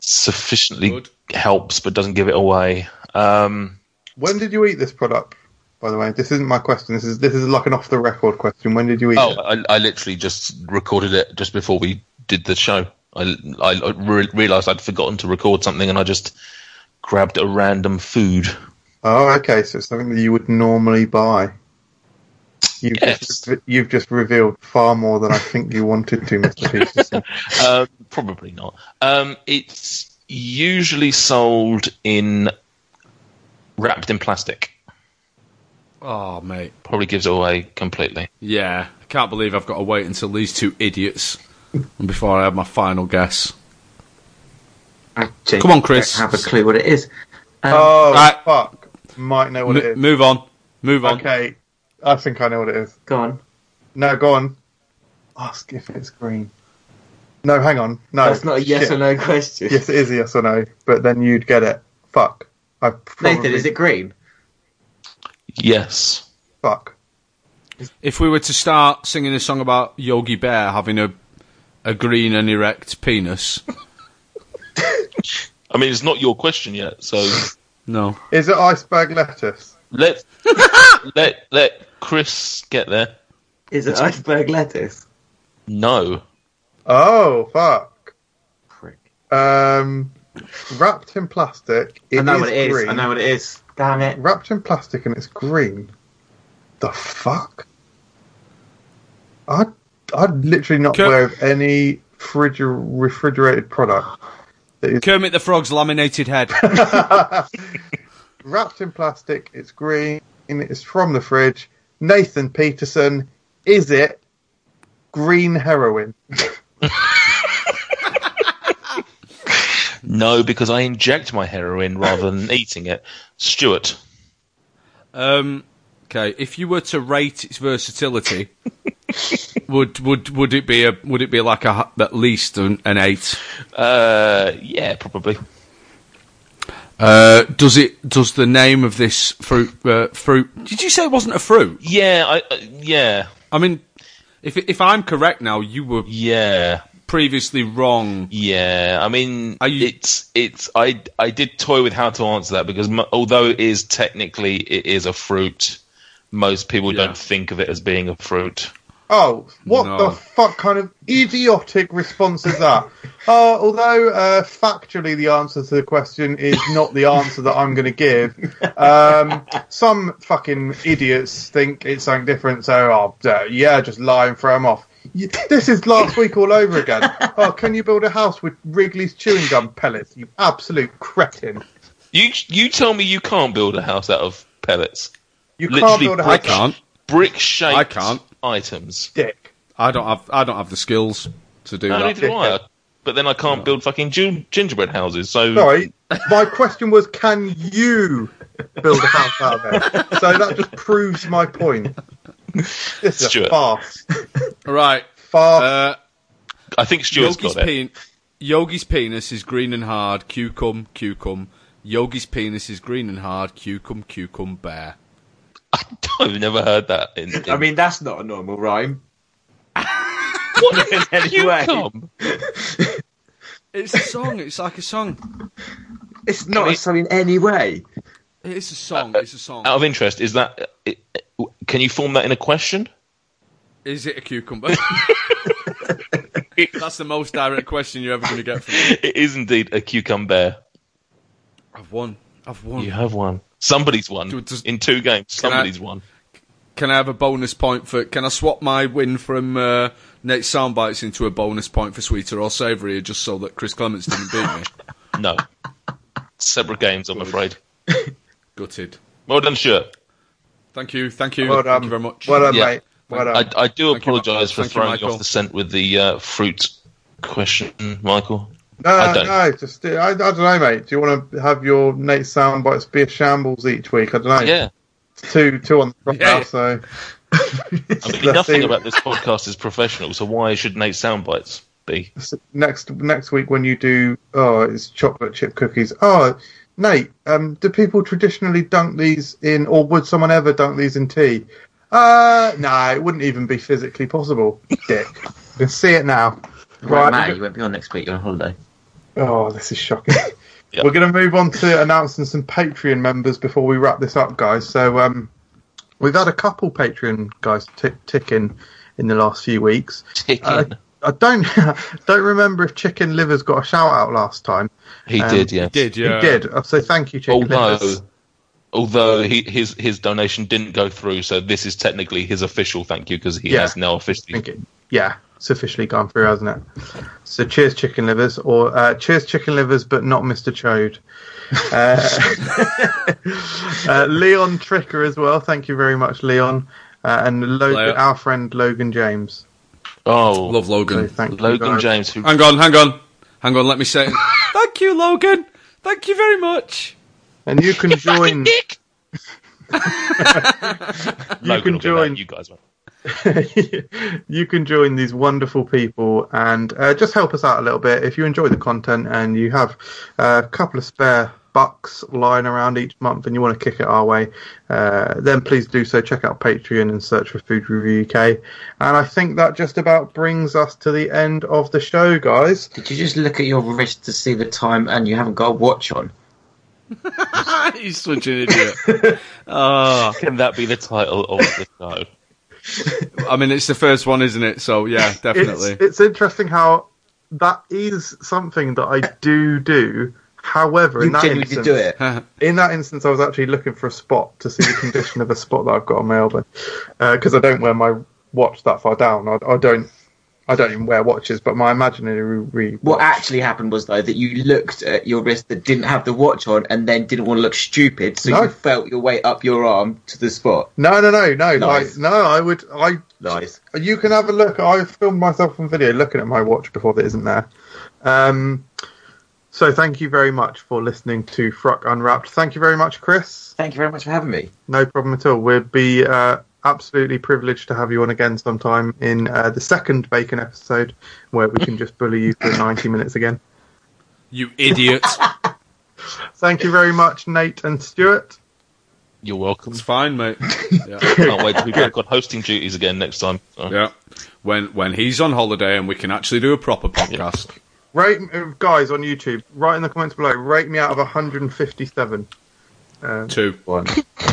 Speaker 2: sufficiently
Speaker 3: Good.
Speaker 2: helps but doesn't give it away. Um,
Speaker 1: When did you eat this product? By the way, this isn't my question. This is this is like an off the record question. When did you eat
Speaker 2: oh,
Speaker 1: it?
Speaker 2: I, I literally just recorded it just before we did the show. I, I re- realized I'd forgotten to record something and I just grabbed a random food.
Speaker 1: Oh, okay. So it's something that you would normally buy. You've,
Speaker 2: Yes.
Speaker 1: just, you've just revealed far more than I think you wanted to, Mr. Peterson.
Speaker 2: um, probably not. Um, it's usually sold in wrapped in plastic.
Speaker 3: Oh, mate.
Speaker 2: Probably gives it away completely.
Speaker 3: Yeah, I can't believe I've got to wait until these two idiots and before I have my final guess.
Speaker 4: I genuinely
Speaker 3: Come on, Chris.
Speaker 4: Don't have a clue what it is. Um,
Speaker 1: Oh,
Speaker 3: Right.
Speaker 1: fuck. Might know what it
Speaker 3: M-
Speaker 1: is.
Speaker 3: move on. Move on.
Speaker 1: Okay. I think I know what it is.
Speaker 4: Go on.
Speaker 1: No, go on. Ask if it's green. No, hang on. No.
Speaker 5: That's not a yes
Speaker 1: Shit.
Speaker 5: or no question.
Speaker 1: Yes, it is a yes or no, but then you'd get it. Fuck. I probably...
Speaker 4: Nathan, is it green?
Speaker 2: Yes.
Speaker 1: Fuck.
Speaker 3: If we were to start singing a song about Yogi Bear having a a green and erect penis,
Speaker 2: I mean, it's not your question yet, so
Speaker 3: no.
Speaker 1: Is it iceberg lettuce?
Speaker 2: let let let Chris get there.
Speaker 5: Is it iceberg lettuce?
Speaker 2: No,
Speaker 1: Oh, fuck.
Speaker 4: Prick.
Speaker 1: Um, wrapped in plastic. It
Speaker 4: I know
Speaker 1: is
Speaker 4: what it is.
Speaker 1: green.
Speaker 4: I know what it is.
Speaker 5: Damn it.
Speaker 1: Wrapped in plastic and it's green. The fuck? I I'm literally not
Speaker 3: Can-
Speaker 1: aware of any fridge refrigerated product
Speaker 3: Kermit the Frog's laminated head.
Speaker 1: wrapped in plastic. It's green. It's from the fridge. Nathan Peterson. Is it green heroin?
Speaker 2: no, because I inject my heroin rather than eating it. Stuart,
Speaker 3: Um, okay, if you were to rate its versatility, would would would it be a would it be like a hu- at least an, an eight?
Speaker 2: uh, yeah, probably.
Speaker 3: Uh, does it does the name of this fruit uh, fruit? Did you say it wasn't a fruit?
Speaker 2: Yeah, I uh, yeah
Speaker 3: I mean, if if I'm correct now, you were
Speaker 2: yeah.
Speaker 3: previously wrong.
Speaker 2: Yeah, I mean,
Speaker 3: Are you-
Speaker 2: it's it's. I I did toy with how to answer that because m- although it is technically it is a fruit, most people
Speaker 3: Yeah.
Speaker 2: don't think of it as being a fruit.
Speaker 1: Oh, what
Speaker 3: No.
Speaker 1: the fuck kind of idiotic response is that? uh, although uh, factually the answer to the question is not the answer that I'm going to give, um, some fucking idiots think it's something different, so oh, uh, yeah, just lie and throw them off. Y- This is last week all over again. Oh, can you build a house with Wrigley's chewing gum pellets? You absolute cretin.
Speaker 2: You you tell me you can't build a house out of pellets,
Speaker 1: You can't
Speaker 2: Literally
Speaker 1: build a
Speaker 3: I
Speaker 1: house,
Speaker 2: brick-
Speaker 3: can't.
Speaker 2: brick shaped.
Speaker 3: I can't.
Speaker 2: items.
Speaker 1: dick.
Speaker 3: I don't have I don't have the skills to do
Speaker 2: No,
Speaker 3: that.
Speaker 2: neither do I. But then I can't build fucking gin- gingerbread houses. So
Speaker 1: Sorry, my question was, can you build a house out of it? So that just proves my point. This is a
Speaker 2: Stuart.
Speaker 1: farce.
Speaker 3: Right.
Speaker 1: Farce.
Speaker 3: Uh,
Speaker 2: I think Stuart's
Speaker 3: Yogi's,
Speaker 2: got it.
Speaker 3: pen- Yogi's penis is green and hard. Cucum, cucum. Yogi's penis is green and hard. Cucum, cucum, bear.
Speaker 2: I've never heard that. In, in-
Speaker 5: I mean, that's not a normal rhyme.
Speaker 2: what in
Speaker 5: any way.
Speaker 3: It's a song. It's like a song.
Speaker 5: It's not a song in any way.
Speaker 3: It's a song. It's a song.
Speaker 2: Out of interest, is that? It, can you form that in a question?
Speaker 3: Is it a cucumber? That's the most direct question you're ever going to get from me.
Speaker 2: It is indeed a cucumber.
Speaker 3: I've won. I've won.
Speaker 2: You have won. Somebody's won
Speaker 3: Dude, does-
Speaker 2: in two games.
Speaker 3: Can I-
Speaker 2: Somebody's won.
Speaker 3: Can I have a bonus point for? Can I swap my win from uh, Nate soundbites into a bonus point for sweeter or savoury, just so that Chris Clements didn't beat me?
Speaker 2: No, separate games. I'm afraid.
Speaker 3: Gutted.
Speaker 2: Well done, Stuart.
Speaker 3: Thank you. Thank you.
Speaker 1: well done.
Speaker 3: thank you very much.
Speaker 1: Well done,
Speaker 2: Yeah.
Speaker 1: mate. Well done.
Speaker 2: I, I do
Speaker 3: Thank you, Ma-
Speaker 2: apologise for
Speaker 3: thank you,
Speaker 2: throwing you
Speaker 3: Michael.
Speaker 2: off the scent with the uh, fruit question, Michael.
Speaker 1: no,
Speaker 2: I
Speaker 1: no,
Speaker 2: don't.
Speaker 1: no, just I, I don't know, mate. Do you want to have your Nate sound bites be a shambles each week? I don't know.
Speaker 2: Yeah.
Speaker 1: two, two on the front
Speaker 3: Yeah.
Speaker 1: now. So
Speaker 2: I mean,
Speaker 1: Let's
Speaker 2: nothing
Speaker 1: see.
Speaker 2: about this podcast is professional, so why should Nate soundbites be?
Speaker 1: next next week when you do, oh, it's chocolate chip cookies. Oh, Nate, um, do people traditionally dunk these in, or would someone ever dunk these in tea? Uh, no, it wouldn't even be physically possible, Dick. I can see it now.
Speaker 4: Right,
Speaker 1: Right.
Speaker 4: Matt, you won't be on next week. You're on holiday.
Speaker 1: Oh, this is shocking.
Speaker 2: Yeah.
Speaker 1: We're going to move on to announcing some Patreon members before we wrap this up, guys. So um, we've had a couple Patreon guys tick tick in in the last few weeks.
Speaker 2: Chicken.
Speaker 1: Uh, I don't don't remember if Chicken Liver's got a shout out last time.
Speaker 2: he
Speaker 1: um,
Speaker 2: did, yeah. Oh,
Speaker 3: Did yeah?
Speaker 1: He did. Uh, So thank you, Chicken
Speaker 2: Although,
Speaker 1: Livers.
Speaker 2: although he, his his donation didn't go through, so this is technically his official thank you because he
Speaker 1: Yeah.
Speaker 2: has now
Speaker 1: I
Speaker 2: officially.
Speaker 1: think it, yeah, it's officially gone through, hasn't it? So cheers, Chicken Livers, or uh, cheers, Chicken Livers, but not Mr. Chode. Uh, uh, Leon Tricker as well. Thank you very much, Leon, uh, and
Speaker 3: Leo.
Speaker 1: Logan, our friend Logan James.
Speaker 2: Oh,
Speaker 3: Love
Speaker 1: So
Speaker 3: Logan.
Speaker 1: thank you,
Speaker 2: Logan
Speaker 1: guys.
Speaker 2: James, who
Speaker 3: Hang on, hang on, hang on. Let me say, thank you, Logan. Thank you very much.
Speaker 1: and you can join.
Speaker 2: Logan
Speaker 1: can
Speaker 2: will be there,
Speaker 1: join.
Speaker 2: You guys, won't.
Speaker 1: you can join these wonderful people and uh, just help us out a little bit. If you enjoy the content and you have uh, a couple of spare bucks lying around each month and you want to kick it our way, uh, then please do so. Check out Patreon and search for Food Review UK. And I think that just about brings us to the end of the show, guys.
Speaker 4: Did you just look at your wrist to see the time and you haven't got a watch on?
Speaker 3: He's such an idiot. Ah,
Speaker 2: can that be the title of the show?
Speaker 3: I mean, it's the first one, isn't it? So yeah,
Speaker 1: It's,
Speaker 3: definitely.
Speaker 1: it's interesting how that is something that I do do. However, in
Speaker 5: You
Speaker 1: that
Speaker 5: genuinely
Speaker 1: instance,
Speaker 5: do it.
Speaker 1: In that instance, I was actually looking for a spot to see the condition of a spot that I've got on my elbow because I don't wear my watch that far down. I, I don't. I don't even wear watches, but my imaginary re-
Speaker 4: What actually happened was though that you looked at your wrist that didn't have the watch on, and then didn't want to look stupid, so
Speaker 1: No.
Speaker 4: you felt your way up your arm to the spot.
Speaker 1: No, no, no, no. Like,
Speaker 4: Nice.
Speaker 1: no, I would. I.
Speaker 4: Nice.
Speaker 1: You can have a look. I filmed myself on video looking at my watch before that isn't there. Um, so thank you very much for listening to Frock Unwrapped. Thank you very much, Chris.
Speaker 4: Thank you very much for having me.
Speaker 1: No problem at all. We'd be uh, absolutely privileged to have you on again sometime in uh, the second Bacon episode, where we can just bully you for 90 minutes again.
Speaker 3: you idiot.
Speaker 1: Thank you very much, Nate and Stuart.
Speaker 2: You're welcome.
Speaker 3: It's fine, mate. Yeah.
Speaker 2: Can't wait to be back on hosting duties again next time. So,
Speaker 3: yeah. When when he's on holiday and we can actually do a proper podcast.
Speaker 1: Rate uh, guys on YouTube. Write in the comments below. Rate me out of 157
Speaker 3: Two.
Speaker 4: One.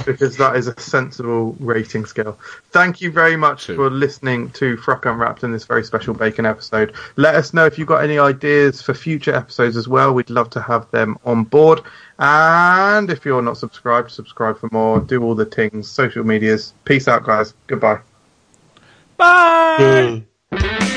Speaker 1: because that is a sensible rating scale. Thank you very much
Speaker 3: Two.
Speaker 1: for listening to Frock Unwrapped in this very special Bacon episode. Let us know if you've got any ideas for future episodes as well. We'd love to have them on board. And if you're not subscribed, subscribe for more. Do all the things, social medias. Peace out, guys. Goodbye.
Speaker 3: Bye.